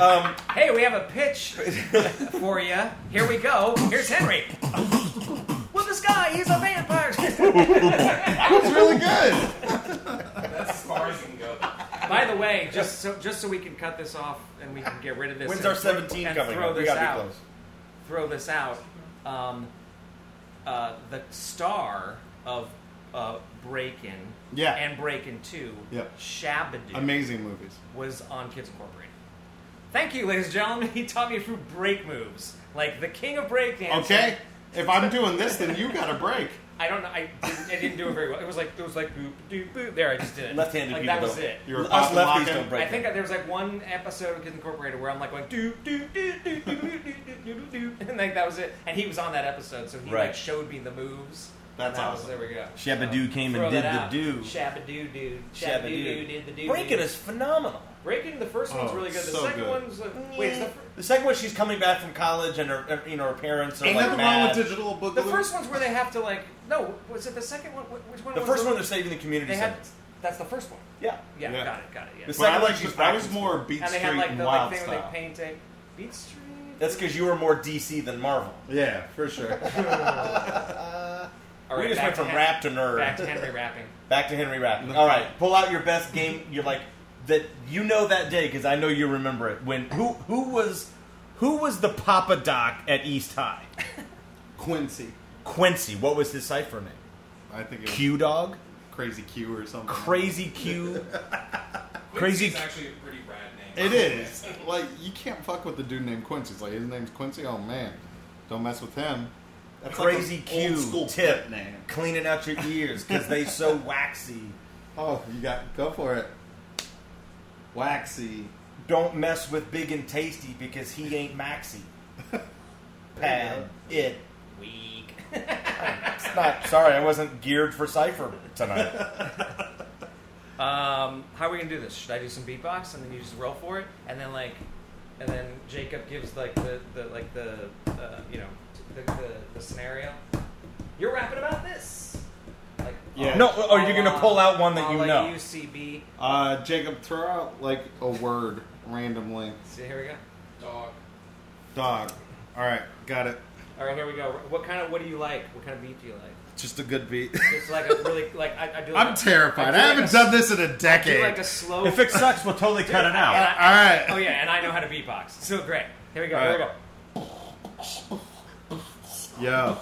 B: Um,
A: Hey, we have a pitch for you. Here we go. Here's Henry. well, this guy, he's a vampire.
D: That was really good.
E: That's as far as you can go.
A: By the way, just so just so we can cut this off and we can get rid of this.
B: when's
A: and
B: our
A: throw-
B: 17
A: and
B: coming
A: Throw
B: up?
A: this
B: We gotta
A: out.
B: be close.
A: Throw this out. Um, uh, the star of uh, Breakin'
D: Yeah.
A: and Breakin' Two,
D: Yep.
A: Shabadoo,
D: Amazing movies.
A: was on Kids Incorporated. Thank you, ladies and gentlemen. He taught me a few break moves, like the king of breakdancing.
D: Okay, if I'm doing this, then you got a break.
A: I don't know. I didn't, I didn't do it very well. It was like it was like boop doop boop. There, I just did it.
B: Left-handed
A: Like
B: people
A: that was
B: don't-
A: it.
D: You're a
B: Us
D: pop
B: lefties
D: locking.
B: don't break
A: I think there was like one episode of Kids Incorporated where I'm like going do do do do do do do do do, and like that was it. And he was on that episode, so he
B: Right.
A: like showed me the moves.
D: That's
A: and that
D: awesome.
A: Was, there we go.
B: Shabadoo
A: So,
B: came and
A: throw
B: did
A: that
B: the
A: out.
B: do.
A: Shabadoo doo. Shabadoo doo
B: Shabadoo.
A: did the do.
B: Breaking is phenomenal.
A: breaking. The first one's
D: Oh,
A: really good. The
D: so
A: second
D: good.
A: one's like, wait. Is the, fir-
B: The second one, she's coming back from college, and her, her- you know, her parents are
D: Ain't
B: like
D: nothing
B: mad.
D: wrong with digital boogaloo.
A: the first one's where they have to like no. Was it the second one? Wh- Which one?
B: The
A: was
B: first one, they're saving the community.
A: They had.
B: centers.
A: That's the first one.
B: yeah,
A: Yeah,
D: Yeah.
A: got it, got it. Yeah.
B: The
D: But I
B: Second
D: like
B: one, she's
D: I was
B: practicing.
D: more Beat
A: and they
D: Street
A: had like
D: and
A: the
D: Wild
A: like, thing where
D: Style.
A: they painted Beat Street.
B: that's because you were more DC than Marvel.
D: Yeah, for sure.
A: All
B: we
A: right,
B: just
A: back
B: went from
A: to Hen-
B: rap to nerd.
A: back to Henry rapping.
B: Back to Henry rap. All right, pull out your best game. You're like that. You know that day because I know you remember it. When who who was who was the Papa Doc at East High?
D: Quincy.
B: Quincy. What was his cipher name?
D: I think it was
B: Q Dog.
D: Crazy Q or something.
B: Crazy Q. Crazy-
E: Quincy's actually a pretty rad name.
D: It is. Like, you can't fuck with the dude named Quincy. It's like, his name's Quincy? Oh, man. Don't mess with him. That's like
B: Crazy
D: an
B: Q
D: Old school
B: tip.
D: pimp name.
B: Cleaning out your ears because they so waxy.
D: Oh, you got. Go for it. Waxy.
B: Don't mess with Big and Tasty because he ain't Maxi. Pad it.
A: Weak.
B: It's not. Sorry, I wasn't geared for cipher tonight.
A: Um, how are we gonna do this? Should I do some beatbox and then you just roll for it, and then like, and then Jacob gives like the, the like the uh, you know the, the, the scenario. You're rapping about this. Like,
D: Yeah.
B: No,
I: oh,
B: or Oh, you're
A: a
B: gonna
A: la-
B: pull out one that
A: a
B: you
A: la
B: know.
A: UCB.
D: Uh, Jacob, throw out, like, a word randomly.
A: See, here we go.
E: Dog.
D: Dog. All right, got it.
A: All right, here we go. What kind of what do you like? What kind of beat do you like?
D: Just a good beat.
A: It's like a really like I, I do. Like
D: I'm
A: a- do
D: terrified. I
A: like
D: haven't
A: a s-
D: done this in a
A: I do
D: decade.
A: like a slow.
B: If it sucks, we'll totally cut it
A: and
B: out.
A: I-
D: All right.
A: Oh yeah, and I know how to beatbox. So great. Here we go.
D: All
A: Here we go.
D: right. Yo.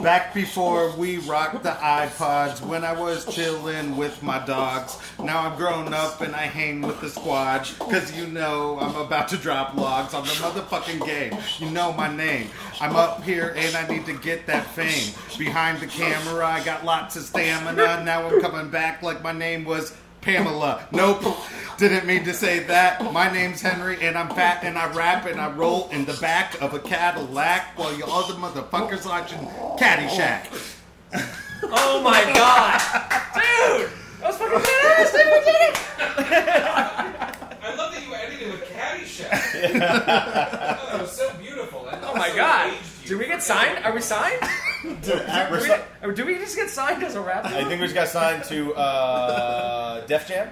D: Back before we rocked the iPods, when I was chillin' with my dogs. Now I'm grown up and I hang with the squad. Cause you know I'm about to drop logs on the motherfucking game. You know my name. I'm up here and I need to get that fame. Behind the camera, I got lots of stamina. Now I'm coming back like my name was Pamela. Nope. Didn't mean to say that. My name's Henry, and I'm fat, and I rap, and I roll in the back of a Cadillac while you other motherfuckers watching Caddyshack.
A: Oh my god, dude, that was fucking badass, dude. We did it.
E: I love that you edited with Caddyshack. oh, that was so beautiful. And
A: Oh my god, did we get signed? Are we signed?
I: We're
A: Do
I: si-
A: we, or do we just get signed as a rap?
I: I
A: group?
I: think we just got signed to uh, Def Jam.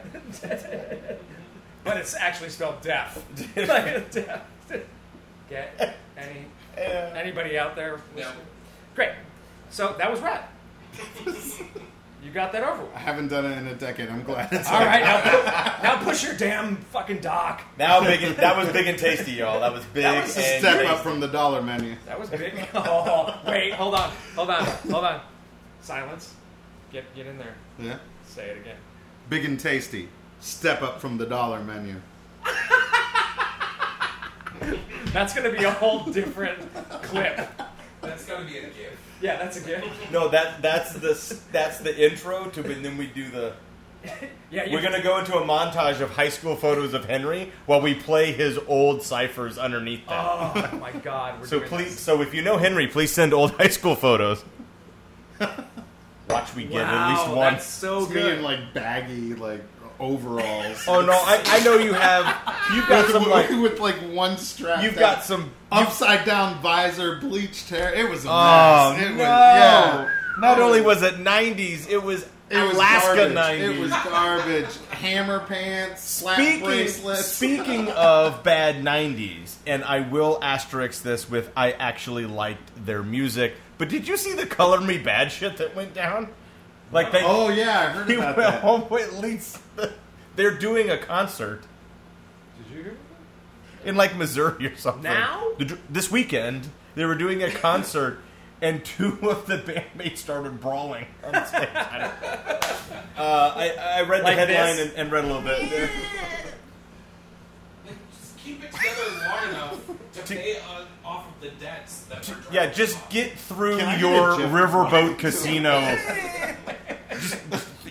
A: But it's actually spelled deaf. Like, deaf. Get any anybody out there?
E: No.
A: Great. So that was rap. You got that over with.
D: I haven't done it in a decade. I'm glad. It's
A: All right, now, now push your damn fucking dock.
I: Now big and, that was big and tasty, y'all. That was big
D: That was a
I: and
D: step
I: tasty.
D: up from the dollar menu.
A: That was big. Oh, wait, hold on, hold on, hold on. Silence. Get get in there.
D: Yeah.
A: Say it again.
D: Big and tasty. Step up from the dollar menu.
A: That's gonna be a whole different clip.
E: That's got to be a gift.
A: Yeah, that's a gift.
I: No, that that's the s- that's the intro to, and then we do the.
A: Yeah, you
B: We're gonna go into a montage of high school photos of Henry while we play his old ciphers underneath that.
A: Oh my God. We're
B: So
A: doing
B: please,
A: this.
B: so if you know Henry, please send old high school photos. Watch we
A: Wow,
B: get at least one.
A: that's so
D: It's me
A: good.
D: in like baggy like overalls.
B: Oh no, I, I know you have. You've got
D: with,
B: some like.
D: with like one strap.
B: You've
D: down.
B: got some.
D: upside down visor, bleached hair. It was a
B: Oh
D: mess. It
B: no!
D: was yeah.
B: Not only was it '90s, it was
D: It was
B: Alaska
D: garbage.
B: '90s.
D: It was garbage. Hammer pants, slap
B: Speaking,
D: bracelets.
B: speaking of bad 90s, and I will asterisk this with I actually liked their music, but did you see the Color Me Bad shit that went down? Like they,
D: oh yeah, I heard
B: they
D: about
B: went
D: that.
B: home with at least, they're doing a concert
A: Did you hear?
B: in like Missouri or something.
A: Now?
B: The dr- This weekend, they were doing a concert and two of the bandmates started brawling on stage. I, don't- uh, I, I read
A: Like
B: the headline
A: this?
B: and, and read a little bit.
E: Like, just keep it together long enough to, pay uh, off of the debts that we're
B: Yeah,
E: driving
B: just
E: off.
B: get through
D: Can I get
B: your
D: a Jeff
B: riverboat casino. just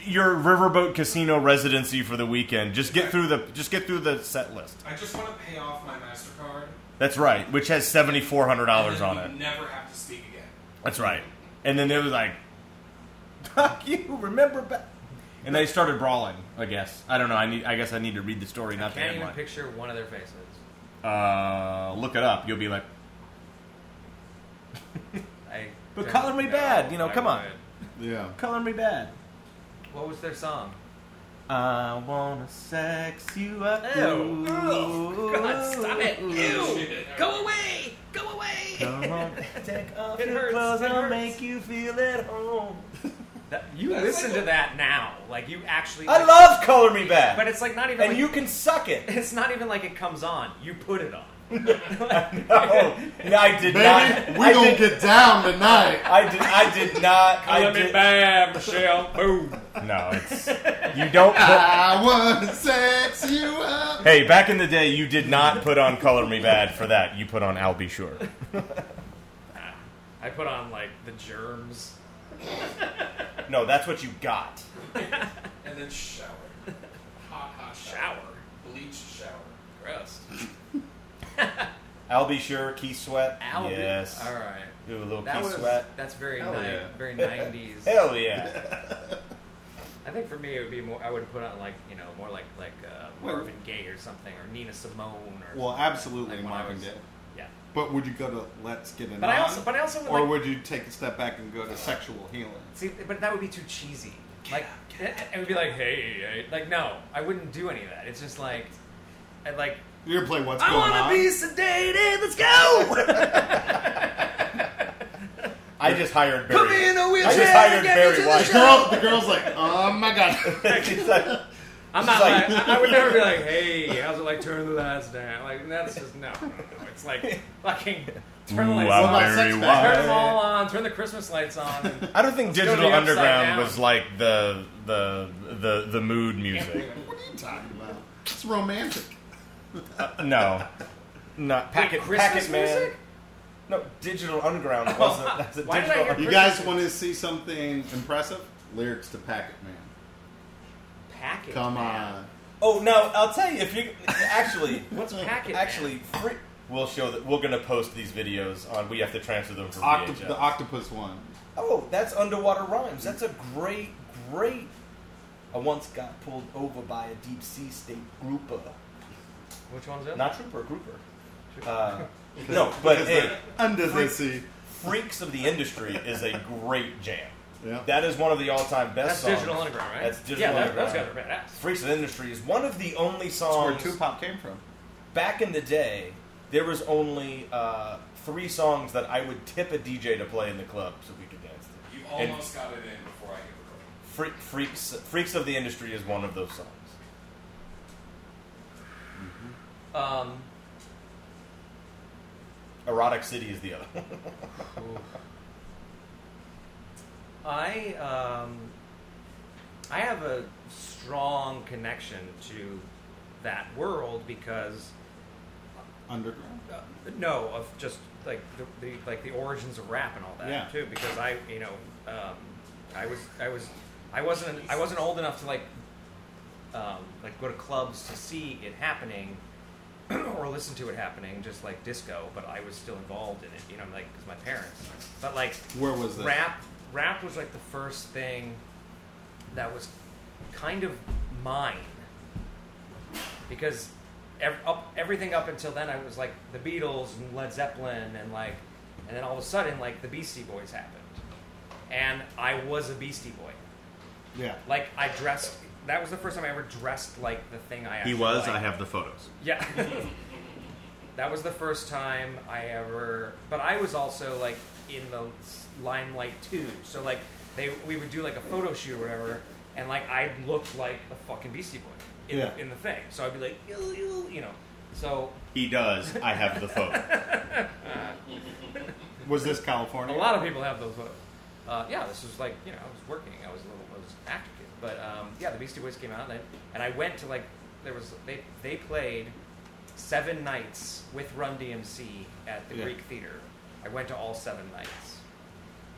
B: your riverboat casino residency for the weekend. Just get through the just get through the set list.
E: I just want to pay off my Mastercard.
B: That's right, which has seventy four hundred dollars
E: and
B: on
E: then
B: it.
E: we Never have to speak again.
B: That's right. And then they was like, "Fuck you, remember back." And they started brawling. I guess I don't know. I need. I guess I need to read the story, not the
A: Can't even
B: headline.
A: picture one of their faces.
B: uh, look it up. You'll be like,
A: I
B: But
A: don't
B: color me bad, you know,
A: I
B: come on.
A: would.
D: Yeah.
B: "Color me bad."
A: What was their song?
B: I wanna sex you up.
A: Ew. Ugh. God, stop it. Ew. Go away. Go away.
B: Come on, take off
A: It
B: your
A: hurts,
B: clothes,
A: it
B: I'll
A: hurts.
B: make you feel at home.
A: That, you
E: That's
A: listen
E: like
A: to
E: a-
A: that now. Like, you actually.
B: I
A: like-
B: love Color Me Bad,
A: But it's like not even.
B: and
A: like,
B: you can suck it.
A: It's not even like it comes on. You put it on.
B: No, no, I did not.
D: Baby, we
B: I
D: gonna
B: did,
D: get down tonight.
B: I did. I did not. I
A: Let me
B: did.
A: bam, Michelle. Boom.
B: No, it's you don't. Put,
D: I wanna sex you up.
B: hey, back in the day, you did not put on Color Me Bad for that. You put on I'll Be Sure.
A: I put on like the germs.
B: No, that's what you got.
E: And then shower. Hot, hot shower.
A: Shower.
E: Bleach shower.
A: Gross.
B: I'll Be Sure, Key Sweat.
A: Ow.
B: yes.
A: All right.
B: Do a little
A: That
B: Key
A: was
B: Sweat.
A: that's very
D: Hell
A: ni-
D: yeah.
A: very nineties.
B: Hell yeah.
A: I think for me it would be more. I would put on like you know more like like uh, Marvin Gaye or something or Nina Simone or
D: Well, absolutely
A: Like when I
D: Marvin
A: was-
D: Gaye.
A: yeah.
D: But would you go to Let's Get It
A: But I
D: On?
A: also but I also would
D: or
A: like,
D: would you take a step back and go to Sexual Healing?
A: see, but that would be too cheesy. Like it, it would be like hey, hey, like no, I wouldn't do any of that. It's just like I'd like
D: You're gonna play What's
A: I
D: Going
A: want
D: On?
A: to be sedated. Let's go.
B: I just hired Barry.
A: Put me in a wheelchair.
B: I just hired
A: get me
B: Barry
A: to the
B: White.
A: show.
D: Girl, the girl's like, oh my god.
B: She's like,
A: I'm not
B: It's
A: like,
B: like-
A: I, I would never be like, hey, how's it like turn the lights down? Like that's just no. no, no. It's like fucking turn the lights
B: "Ooh, I'm
A: on.
D: Well,
B: Barry
D: sex
B: White."
A: Turn them all on. Turn the Christmas lights on. And
B: I don't think
A: go to
B: Digital
A: the Upside Down.
B: Underground was like the the the the mood music.
D: What are you talking about? It's romantic.
B: No, not packet
A: Christmas
B: packet man.
A: music?
B: No, Digital Underground wasn't. That's a
A: Why did I
B: digital.
A: hear-
D: You guys want to see something impressive? Lyrics to Packet Man.
A: Packet.
D: Come
A: man.
D: on.
B: oh no, I'll tell you if you actually
A: What's packet? man?
B: actually free, we'll show that we're gonna post these videos on. We have to transfer them from
D: Octo-
B: VHS.
D: the octopus one.
B: Oh, that's underwater rhymes. That's a great, great. I once got pulled over by a deep sea state grouper,
A: Which one's it?
B: not trooper, grouper. Uh, no, but
D: Because
B: hey,
D: they're under the
B: freak-
D: sea.
B: Freaks of the Industry is a great jam.
D: Yeah.
B: That is one of the all-time
A: That's
B: best songs.
A: digital underground, right?
B: That's digital
A: yeah, that-
B: underground.
A: those guys are badass.
B: Freaks of the Industry is one of the only
D: That's where
B: songs.
D: Tupac came from.
B: Back in the day, there was only uh, three songs that I would tip a DJ to play in the club so we could dance. To.
E: You
B: And-
E: almost got it in before I could
B: Freak,
E: record.
B: Freaks, Freaks of the Industry is one of those songs.
A: Um,
B: Erotic City is the other one.
A: I um, I have a strong connection to that world because
D: Underground.
A: uh, no, of just like the, the like the origins of rap and all that
D: Yeah.
A: too. Because I, you know, um, I was I was I wasn't I wasn't old enough to like um, like go to clubs to see it happening or listen to it happening, just like disco. But I was still involved in it, you know, like because my parents. But like
D: Where was that?
A: rap rap was like the first thing that was kind of mine because ev- up, everything up until then I was like the Beatles and Led Zeppelin and like and then all of a sudden like the Beastie Boys happened and I was a Beastie Boy
D: Yeah.
A: like I dressed that was the first time I ever dressed like the thing I actually liked.
B: the photos.
A: Yeah. that was the first time I ever. But I was also like in the s- limelight too. So like they we would do like a photo shoot or whatever, and like I looked like a fucking Beastie Boy in,
D: Yeah.
A: in the thing. So I'd be like, "Yo, yo," you know. So
B: He does. I have the photo.
D: Was this
A: a
D: California?
A: lot of people have those photos. Uh, yeah, this was like you know I was working. I was a little I was an actor kid. But um, yeah, the Beastie Boys came out and I, and I went to like there was they they played seven nights with Run DMC at the
D: Yeah.
A: Greek Theater. I went to all seven nights,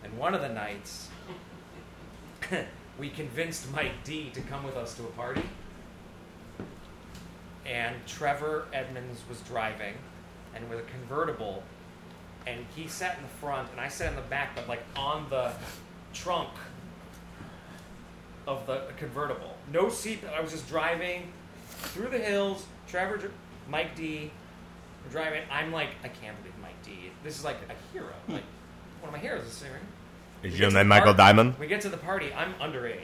A: and one of the nights we convinced Mike D to come with us to a party. And Trevor Edmonds was driving, and with a convertible, and he sat in the front and I sat in the back, but like on the trunk of the convertible. No seat. I was just driving through the hills. Trevor, dr- Mike D, were driving. I'm like, I can't believe Mike D. This is like a hero. Like one of my heroes is singing.
B: Is
A: We get to the par- We get to the party. I'm underage.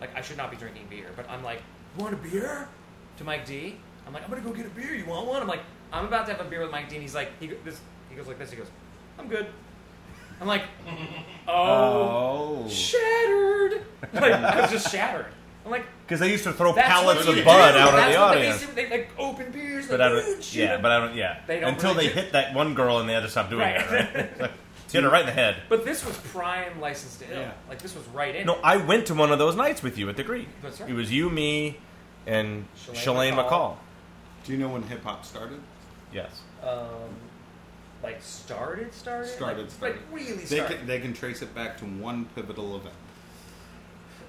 A: Like I should not be drinking beer, but I'm like, you want a beer? To Mike D. I'm like, I'm gonna go get a beer. You want one? I'm like, I'm about to have a beer with Mike D. And he's like, he go- this. He goes like this. He goes, I'm good. I'm like, oh, shattered. Like I was just shattered. I'm like,
B: Because they used to throw
A: that's
B: pallets
A: what
B: of
A: you
B: bud
A: do.
B: out on
A: That's
B: the
A: what
B: audience.
A: They, they like open beers.
B: but
A: like,
B: I don't.
A: shoot
B: Yeah,
A: it.
B: but I don't. Yeah,
A: They don't
B: until
A: really
B: they
A: do.
B: hit that one girl and they had to stop doing
A: Right.
B: it. Right? It's like, hit her right in the head.
A: But this was prime license to ill.
D: Yeah.
A: Like this was right in.
B: No, I went to one of those nights with you at the Greek.
A: That's right.
B: It was you, me, and
A: Shalane
B: Shalane
A: McCall.
B: McCall.
D: Do you know when hip hop started?
B: Yes.
A: um, like started, started,
D: Started,
A: like,
D: started.
A: like really
D: They
A: started.
D: can, they can trace it back to one pivotal event.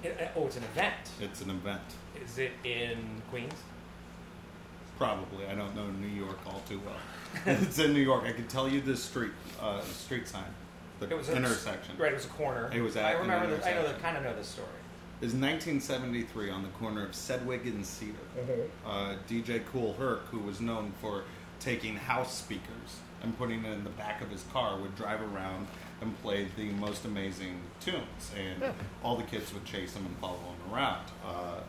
A: It- uh, oh, it's an event.
D: It's an event.
A: Is it in Queens?
D: Probably. I don't know New York all too well. it's in New York. I can tell you the street uh, street sign, the
A: It was a-
D: intersection.
A: right, it was a corner.
D: It was at
A: I
D: an
A: remember. The, I know. The,
D: intersection.
A: kind of know this story.
D: is 1973 on the corner of Sedgwick and Cedar. Uh, DJ Cool Herc, who was known for taking house speakers and putting it in the back of his car, would drive around and play the most amazing tunes, and all the kids would chase him and follow him around. Uh,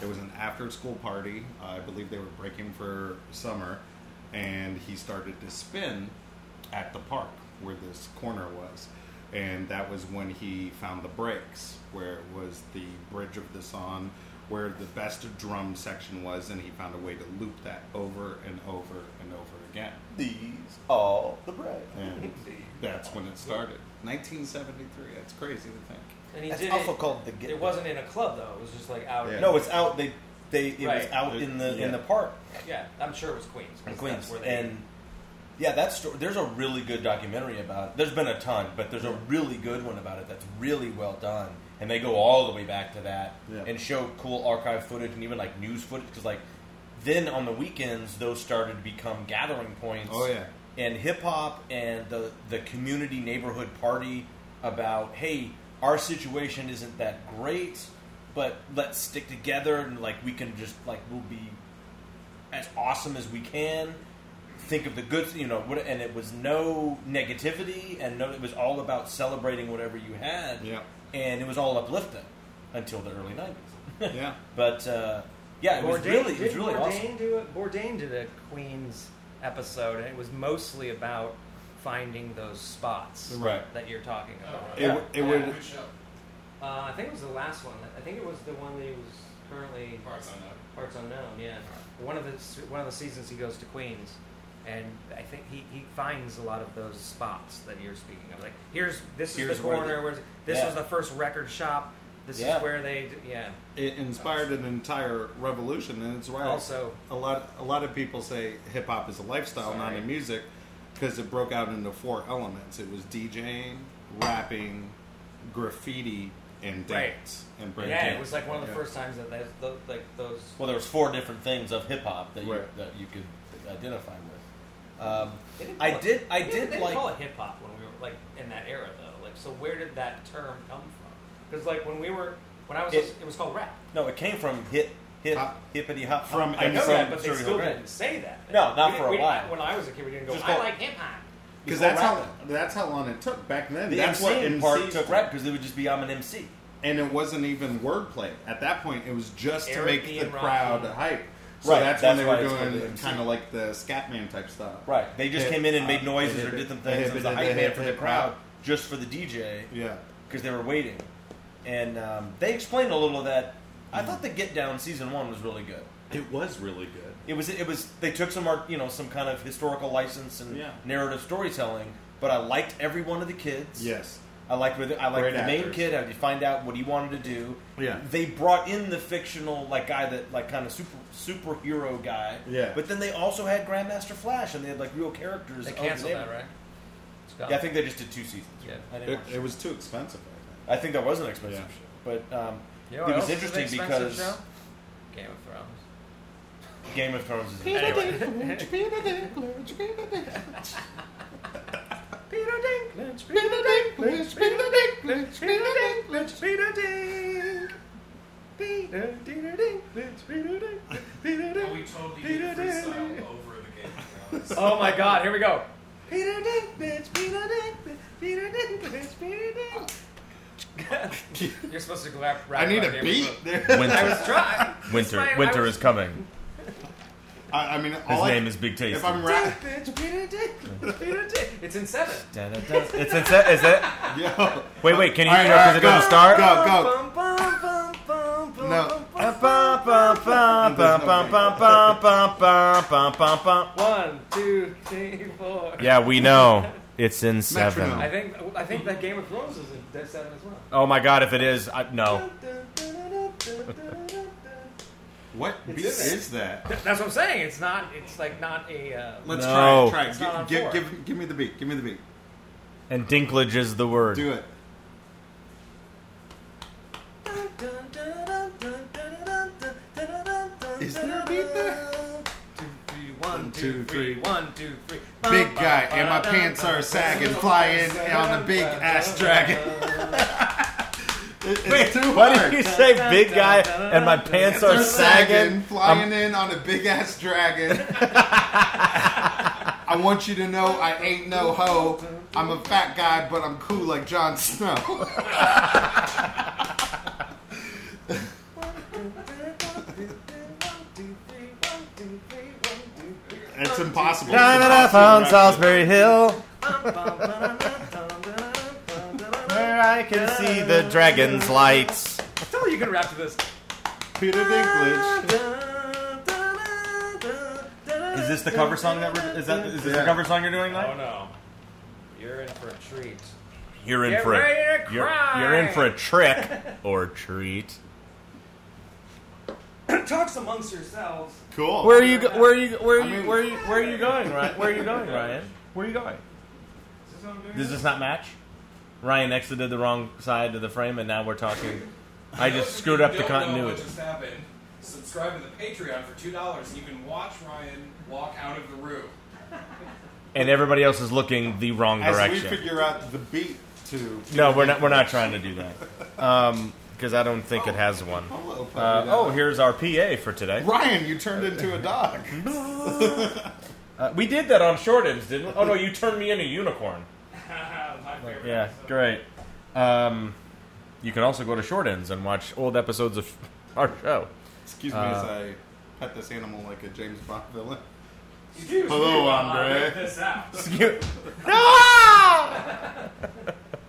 D: it was an after-school party. Uh, I believe they were breaking for summer, and he started to spin at the park where this corner was. and that was when he found the breaks, where it was the bridge of the song, where the best drum section was, and he found a way to loop that over and over and over again.
J: These all the bread.
D: And that's when it started. 1973. That's crazy to think.
A: And he
B: That's
A: did
B: also
A: it.
B: called the. Get-
A: It wasn't in a club though. It was just like out.
D: Yeah.
B: No, it's out. They they it was
A: Right.
B: out in the
J: Yeah.
B: in the park
A: Yeah, I'm sure it was Queens. 'cause
B: in
A: that's
B: Queens,
A: where they-
B: and yeah, that's there's a really good documentary about. it. There's been a ton, but there's a really good one about it that's really well done, and they go all the way back to that
D: Yeah.
B: and show cool archive footage and even like news footage because like then on the weekends those started to become gathering points.
D: Oh, yeah.
B: and hip hop and the the community neighborhood party about hey our situation isn't that great but let's stick together and like we can just like we'll be as awesome as we can think of the good you know what and it was no negativity and no it was all about celebrating whatever you had
D: Yeah.
B: and it was all uplifting until the early 90s
D: Yeah.
B: but uh yeah it was
A: Bourdain,
B: really it was
A: did
B: really
A: Bourdain
B: awesome
A: do it? Bourdain did a Queens episode, and it was mostly about finding those spots
B: Right.
A: that you're talking about.
E: Oh,
D: It, w- it
E: yeah,
D: would.
E: Good show.
A: Uh, I think it was the last one. I think it was the one that he was currently
E: Parts on that.
A: parts unknown. Yeah, one of the one of the seasons he goes to Queens, and I think he, he finds a lot of those spots that you're speaking of. Like here's this
B: Here's
A: is the
B: where
A: corner
B: the-
A: where, this
B: yeah.
A: was the first record shop. This
B: Yeah.
A: is where they d- yeah.
D: It inspired an entire revolution, and it's why
A: Also-
D: a lot a lot of people say hip hop is a lifestyle, not
A: Sorry.
D: a music, because it broke out into four elements. It was DJing, rapping, graffiti, and
A: Right.
D: dance and break
A: yeah,
D: dance.
A: it was like one of the
D: Yeah.
A: first times that those, those like those
B: well there was four different things of hip hop that you
D: Right.
B: that you could identify with um
A: They didn't
B: I
A: call it-
B: did- I
A: yeah,
B: did
A: they didn't
B: like-
A: call it hip hop when we were like in that era though. Like, so where did that term come from? Because like when we were when I was
B: It-
A: it, was called rap.
B: no it came from hip hip
D: Hop.
B: hippity hop
D: From-
A: I
B: I know
A: know
D: from-
A: that, but they
B: Sugar Hill
A: still
B: Gang.
A: didn't say that.
B: No, not
A: We
B: for
A: didn't-
B: a
A: we didn't-
B: while.
A: When I was a kid, we didn't go.
B: Just
A: I
B: called-
A: like hip hop.
D: because
B: before
D: that's
B: rapping.
D: how that's how long it took back then.
B: The
D: that's
B: MC in part
D: MCs
B: took rap because it would just be I'm an MC.
D: and it wasn't even wordplay at that point. It was just to
A: Eric
D: make
A: B.
D: the
A: and
D: crowd
A: Rocky.
D: hype. So
B: Right,
D: that's,
B: that's
D: when
B: why
D: they
B: it's
D: were
B: called the
D: doing
B: MC.
D: kind of like the Scatman type stuff.
B: Right. They just
D: Hip-
B: came in and made
D: hop,
B: noises or
D: hip-
B: did them things. It was the
D: hip-
B: hype man
D: hip-
B: for the
D: hip-
B: crowd
D: hop.
B: just for the DJ
D: Yeah.
B: because they were waiting. And um, they explained a little of that. I thought the Get Down season one was really good.
D: It was really good.
B: It was it was they took some art, you know some kind of historical license and
D: Yeah.
B: narrative storytelling. But I liked every one of the kids.
D: Yes.
B: I liked with I liked
D: Great
B: the main
D: actors.
B: kid. How you find out what he wanted to do?
D: Yeah.
B: They brought in the fictional like guy that like kind of super superhero guy.
D: Yeah.
B: But then they also had Grandmaster Flash and they had like real characters.
A: They
B: of the
A: canceled that,
B: neighborhood.
A: right? It's gone.
B: Yeah, I think they just did two seasons.
A: Yeah.
B: I, didn't
D: It,
B: watch
D: it
B: it.
D: was too expensive. I
B: I think that was an expensive
D: Yeah.
B: show, but um,
A: You know what
B: it
A: else
B: was
A: is an
B: interesting
A: expensive
B: because
A: show? Game of Thrones.
B: Game of Thrones is.
A: Anyway.
E: But we totally did freestyle over the Game of Thrones.
A: Oh my god, here we go. You're supposed to rap. rap
D: I need
A: about
D: a
A: Game of
D: beat.
A: Thrones. I
J: Winter.
A: was trying.
J: Winter.
A: my- I
J: Winter
A: was-
J: is coming.
D: I, I mean,
J: His
D: all I-
J: name is Big Tasty.
D: If I'm rap,
A: It's in seven.
J: It's it's that. Is that?
D: yo,
J: Wait, wait. Can you
D: All
J: do
D: right,
J: it up?
D: all
J: Is
D: right,
J: it gonna start?
D: go, Go, go. No.
J: Ba, ba, ba, ba, ba, ba, ba, ba, ba, ba, ba, ba.
A: One, two, three, four.
J: Yeah, we know. It's in
A: I
J: seven.
D: Metronome.
A: think I think that Game of Thrones is in Dead Seven as well.
J: Oh my god, if it is, I, no.
D: What beat is that?
A: That's what I'm saying. It's not. It's like not a. Uh,
D: Let's
J: No.
D: try it.
A: It's not on
D: Try it. Gi-
A: four.
D: Give, give, give me the beat. Give me the beat.
J: And Dinklage is the word.
D: Do it. Is there a beat there?
A: Two, three, one,
D: two, three.
A: one, two, three.
D: Big guy, and my pants are sagging, flying on the big ass dragon. It- it's too
J: Why
D: hard.
J: did you say big guy and my pants are
D: They're
J: sagging?
D: flying in on a big ass dragon. I want you to know I ain't no hoe. I'm a fat guy, but I'm cool like Jon Snow. It's impossible.
J: Down at I found Salisbury Hill.
B: I can see the dragon's lights.
A: Tell you can rap to this.
D: Peter Dinklage.
B: Is this the cover song that we're? Is that is this the
D: Yeah.
B: cover song you're doing?
A: Oh
B: Like?
A: no, you're in for a treat.
B: You're in
A: Get
B: for
A: ready
B: a,
A: to
B: you're,
A: cry.
B: you're in for a trick or treat.
A: Talks amongst yourselves.
D: Cool.
B: Where are you? go- Where are you? Where are
D: I
B: you?
D: mean-
B: Where are you? Where are you going, Ryan? Where are you going, Ryan? Where are you going? Does this not match? Ryan exited the wrong side of the frame, and now we're talking. I just screwed up the
E: Don't Know what
B: continuity.
E: just happened? Subscribe to the Patreon for two dollars, and you can watch Ryan walk out of the room.
B: and everybody else is looking the wrong
D: As
B: direction.
D: we figure out the beat to
B: no, we're not. We're not trying to do that because I don't think it has one.
D: Hello, puppy
B: Uh,
D: dog.
B: oh, here's our PA for today.
D: Ryan, you turned into a dog.
B: Mm-hmm. Uh, we did that on short ends, didn't we? Oh no, you turned me into a unicorn.
E: My favorite
B: Yeah,
E: episode.
B: great. Um, you can also go to short ends and watch old episodes of our show.
D: Excuse me
B: Uh,
D: as I pet this animal like a James Bond villain.
E: Excuse
D: Hello,
E: me while I
D: Andre.
E: rip This out.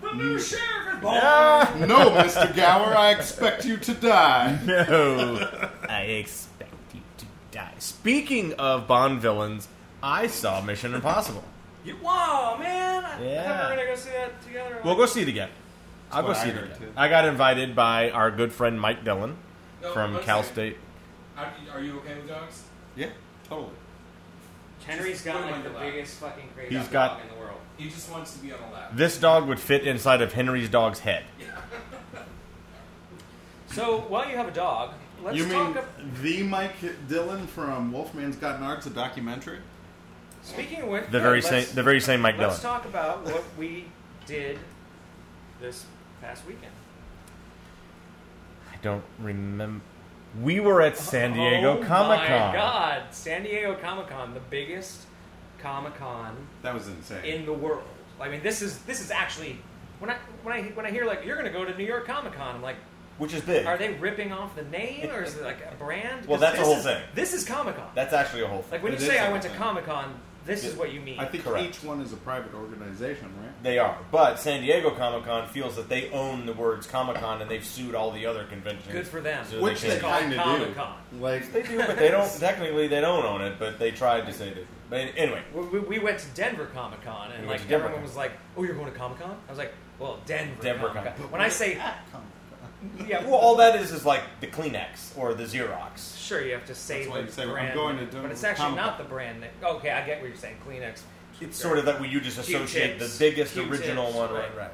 B: no!
E: The new sheriff is born.
D: no, Mr. Gower, I expect you to die.
B: No, I expect you to die. Speaking of Bond villains, I saw Mission Impossible.
A: You, whoa, man! I, I
B: Yeah.
A: thought we were gonna go see that together.
B: We'll go see it again. I'll go
D: what I
B: see it
D: heard,
B: again.
D: too.
B: I got invited by our good friend Mike Dillon
E: No,
B: from
E: one
B: Cal
E: second.
B: State.
E: How, are you okay with dogs?
D: Yeah, totally.
A: Henry's
E: Put
A: got
E: him
A: like
E: on
A: the
E: your lap.
A: biggest fucking crazy
B: He's
A: dog
B: got-
A: in the world.
E: He just wants to be on a lap.
B: This dog would fit inside of Henry's dog's head.
A: So while you have a dog, let's
D: you
A: talk.
D: mean
A: Ab-
D: the Mike Dillon from Wolfman's Got Nards, a documentary?
A: speaking of which,
B: The very
A: let's-
B: same, the very same Mike Dillon.
A: Let's talk about what we did this past weekend.
B: I don't remember. We were at San Diego
A: oh
B: Comic
A: My
B: Con.
A: God, San Diego Comic Con, the biggest Comic Con
D: That was insane.
A: in the world. I mean, this is this is actually when I when I when I hear like you're going to go to New York Comic Con, I'm like,
I: Which is big.
A: are they ripping off the name or is it like a brand?
I: Well,
A: 'Cause
I: that's the
A: this
I: whole
A: is-
I: thing.
A: This is Comic Con.
I: That's actually a whole thing.
A: Like when
D: It
A: you
D: is
A: say I
D: Comic
A: went to
D: Con.
A: Comic Con, this is what you mean.
D: I think
I: Correct.
D: each one is a private organization, right?
I: They are. But San Diego Comic Con feels that they own the words Comic Con and they've sued all the other conventions.
A: Good for them.
I: So
D: Which
I: they
D: they
I: can't-
A: called
D: kind of
A: Comic-Con.
D: do. Like,
I: They do, but they don't. Technically, they don't own it, but they tried to say that. But anyway,
A: We, we, we went to Denver Comic Con and
I: We went
A: like
I: to Denver Con.
A: everyone was like, "Oh, you're going to Comic Con?" I was like, "Well, Denver,
I: Denver
A: Comic
I: Con.
A: Con." When I say, yeah,
I: well, all that is is like the Kleenex or the Xerox.
A: Sure, you have to say
D: That's
A: the
D: why you say, "I'm
A: brand
D: going to
A: name,"
D: Denver
A: but it's actually
D: Comic
A: not the brand name. Okay, I get what you're saying. Kleenex.
I: It's sort of that where you just associate
A: Q-tips.
I: the biggest
A: Q-tips,
I: original one,
A: right.
I: right?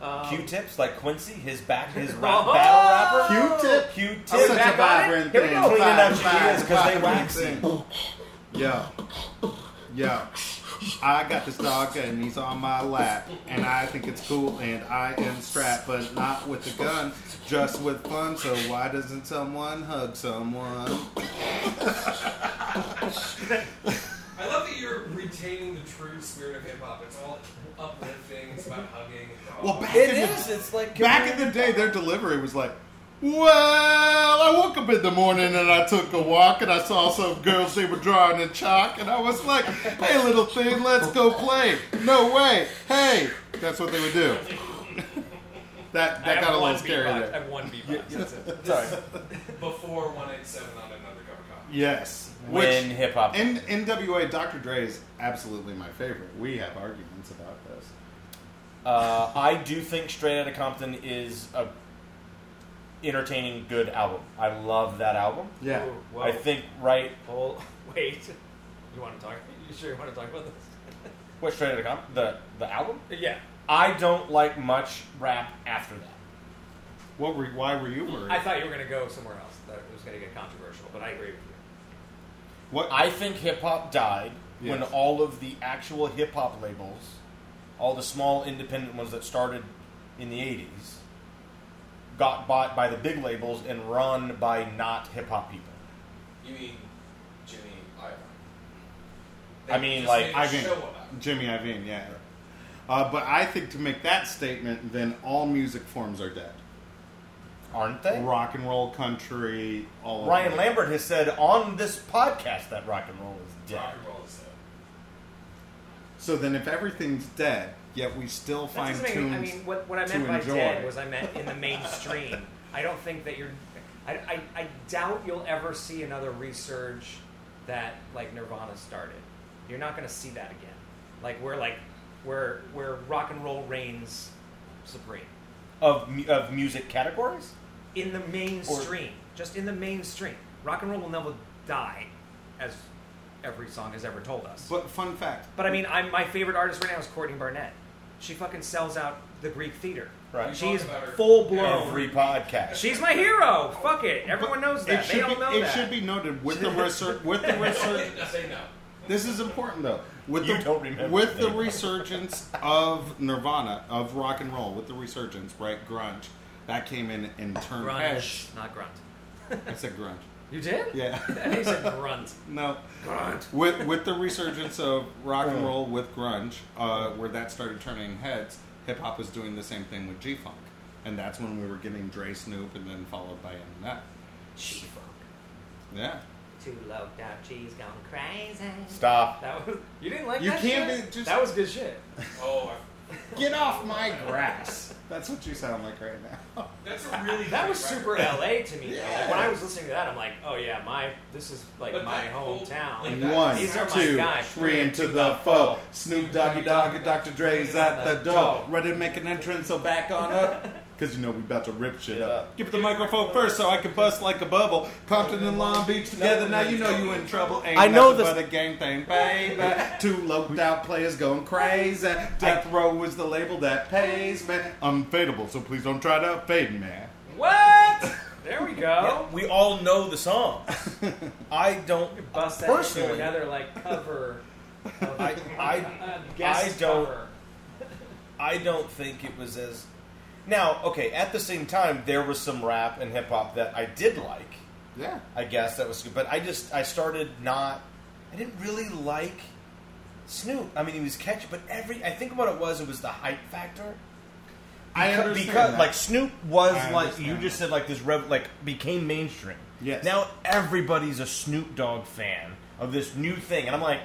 I: right.
A: Um,
I: Q-tips, like Quincy, his back, his rap,
A: Oh!
I: battle rapper.
D: Q-tip.
I: Q-tip.
D: Such a
A: back on it?
D: vibrant
A: Here we
D: thing.
A: go.
I: Cleaning out
D: Vibrant,
I: your ears 'cause they
D: vibrant
I: waxy.
D: thing. Yeah. Yeah. I got this dog and he's on my lap, and I think it's cool, and I am strapped, but not with a gun, just with fun. So why doesn't someone hug someone?
E: I love that you're retaining the true spirit of hip hop. It's all uplifting. It's about hugging.
D: Well, back
I: It
D: in the
I: is. It's like
D: Back in the day, their delivery was like, well, I woke up in the morning and I took a walk and I saw some girls, they were drawing in chalk, and I was like, hey, little thing, let's go play. No way. Hey. That's what they would do. that
A: I
D: that
A: have
D: got a
A: one
D: little scary
A: beatbox. I
D: there.
A: have one beatbox. That's it.
I: Sorry.
E: before 187 on another cover copy.
D: Yes.
I: When hip hop.
D: N- NWA Dr. Dre is absolutely my favorite. We have arguments about this.
I: Uh, I do think Straight Outta Compton is a entertaining, good album. I love that album.
D: Yeah.
A: Ooh, whoa.
I: I think right.
A: Hold, wait. You want to talk? You sure you want to talk about this?
I: What Straight Outta Compton? The the album.
A: yeah.
I: I don't like much rap after that.
D: What were, why were you worried?
A: I thought you were going to go somewhere else. That it was going to get controversial, but I agree with you.
D: what,
I: I think hip hop died when
D: Yes.
I: all of the actual hip hop labels, all the small independent ones that started in the '80s, got bought by the big labels and run by not hip hop people.
E: You mean Jimmy Iovine?
I: I mean,
E: just
I: like,
E: made a
D: I mean-
E: show about it.
D: Jimmy Iovine, yeah. Uh, but I think to make that statement, then all music forms are dead.
I: Aren't they?
D: Rock and roll, country, all.
I: Ryan
D: of it.
I: Lambert has said on this podcast that rock and roll is dead.
E: Rock and roll is dead.
D: So then, if everything's dead, yet we still
A: That
D: find
A: doesn't make
D: tunes.
A: any- I mean, what, what I
D: to
A: meant by
D: enjoy.
A: dead was I meant in the mainstream. I don't think that you're. I, I, I doubt you'll ever see another resurge that like Nirvana started. You're not going to see that again. Like we're like where where rock and roll reigns supreme
B: of mu- of music categories.
A: in the mainstream, just in the mainstream. Rock and roll will never die, as every song has ever told us.
D: but fun fact,
A: But I mean, I'm, my favorite artist right now is Courtney Barnett. She fucking sells out the Greek theater.
B: Right.
A: She is
E: We talk about her
A: full blown.
B: Every podcast.
A: She's my hero. Fuck it. Everyone knows
D: it
A: that. They
D: should
A: all
D: be
A: know
D: it
A: that.
D: should be noted with the research with the research.
E: Say no.
D: This is important though. With
B: You
D: the,
B: don't remember
D: with the
B: me.
D: resurgence of Nirvana of rock and roll with the resurgence, right? Grunge that came in and turned.
A: grunge, not grunt.
D: I said grunge.
A: You did?
D: Yeah.
A: I think you said grunt.
D: No. With with the resurgence of rock and roll with grunge, uh, where that started turning heads, hip hop was doing the same thing with G funk, and that's when we were getting Dre, Snoop, and then followed by Eminem.
K: She funk.
D: Yeah.
K: Too low down, she's gone crazy.
B: Stop.
A: That was you didn't like
D: You
A: that.
D: can't
A: shit?
D: be- just-
A: That was good shit.
E: Oh,
D: Get off my grass. That's what you sound like right now.
E: I- that's a really.
A: That
E: great
A: was
E: record.
A: super LA to me. though.
D: Yeah.
A: Like, when I was listening to that, I'm like, oh yeah, my this is like
E: But
A: my
E: that whole-
A: hometown.
E: like,
D: One,
A: These are my
D: two,
A: guys.
D: three, into the foe. Snoop Doggy Dogg and Dr. Dre's at the door. Ready to make an entrance, so back on up. Because you know we about to rip shit up. Give it the microphone first so I can bust like a bubble. Compton and Long Beach together, now you know you in trouble. Ain't
L: I know
D: nothing
L: this-
D: but a gang thing, baby. Two loped out players going crazy. Death Row is the label that pays, man. I'm fadeable, so please don't try to fade, me.
A: What? There we go.
B: We all know the song. I don't
A: Bust that into
B: personally.
A: another like cover. Of,
B: I, I
A: uh, guest
B: I don't-
A: cover.
B: I don't think it was as. Now, okay. At the same time, there was some rap and hip hop that I did like.
D: Yeah.
B: I guess that was good, but I just I started not. I didn't really like Snoop. I mean, he was catchy, but every I think what it was it was the hype factor.
D: I
B: Because-
D: understand
B: because
D: that.
B: like Snoop was
D: I
B: like
D: understand
B: you
D: that.
B: just said like this rev like became mainstream.
D: Yes.
B: Now everybody's a Snoop Dogg fan of this new thing, and I'm like,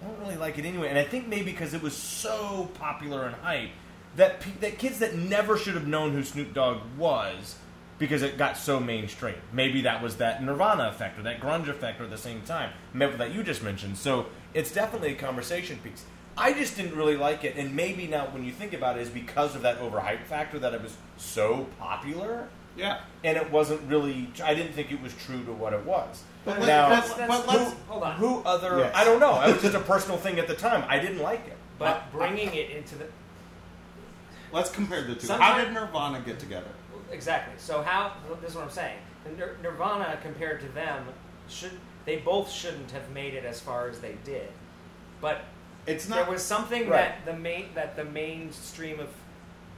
B: I don't really like it anyway. And I think maybe because it was so popular and hype that pe- that kids that never should have known who Snoop Dogg was because it got so mainstream. Maybe that was that Nirvana effect or that grunge effect or at the same time. Remember that you just mentioned. So it's definitely a conversation piece. I just didn't really like it, and maybe now when you think about it, is because of that overhype factor that it was so popular,
D: Yeah.
B: and it wasn't really. I didn't think it was true to what it was.
D: But let-
B: now,
D: let's-
A: That's-
D: but
A: that's-
D: let's-
A: hold on.
B: who other?
D: Yes.
B: I don't know. It was just a personal thing at the time. I didn't like it.
A: But bringing it into the
D: Let's compare the two. How
A: Sometime-
D: did Nirvana get together?
A: exactly. So how this is what I'm saying. The Nir- Nirvana compared to them should they both shouldn't have made it as far as they did. But
D: It's not.
A: there was something
B: Right.
A: that the main that the mainstream of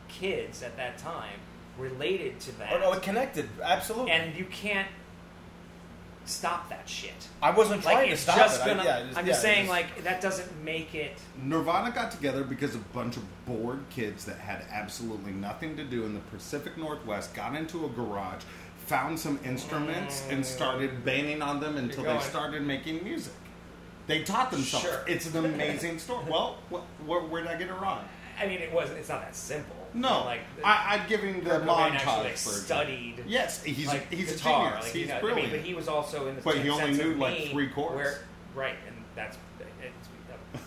A: kids at that time related to that.
B: Oh no, it connected absolutely.
A: and you can't stop that shit.
B: I wasn't trying
A: Like
B: to
A: it's
B: stop
A: just
B: it.
A: gonna
B: I, yeah, it was-
A: I'm
B: yeah,
A: just
B: it
A: saying
B: was-
A: like that doesn't make it
D: Nirvana got together because a bunch of bored kids that had absolutely nothing to do in the Pacific Northwest got into a garage, found some instruments, and started banging on them until they
A: going.
D: started making music. They taught themselves.
A: Sure.
D: It's an amazing story. Well, wh- wh- where did I get it wrong?
A: I mean it wasn't it's not that simple.
D: No,
A: Like
D: I, I'd give him the
A: Kurt Cobain
D: montage
A: actually
D: version.
A: like, studied
D: Yes, he's
A: like,
D: he's
A: guitar,
D: a genius.
A: like, you
D: he's
A: know, I mean,
D: brilliant.
A: but he was also in the
D: But he
A: same
D: only
A: sense
D: knew,
A: of
D: like,
A: me,
D: three chords.
A: Where, right, and that's it's,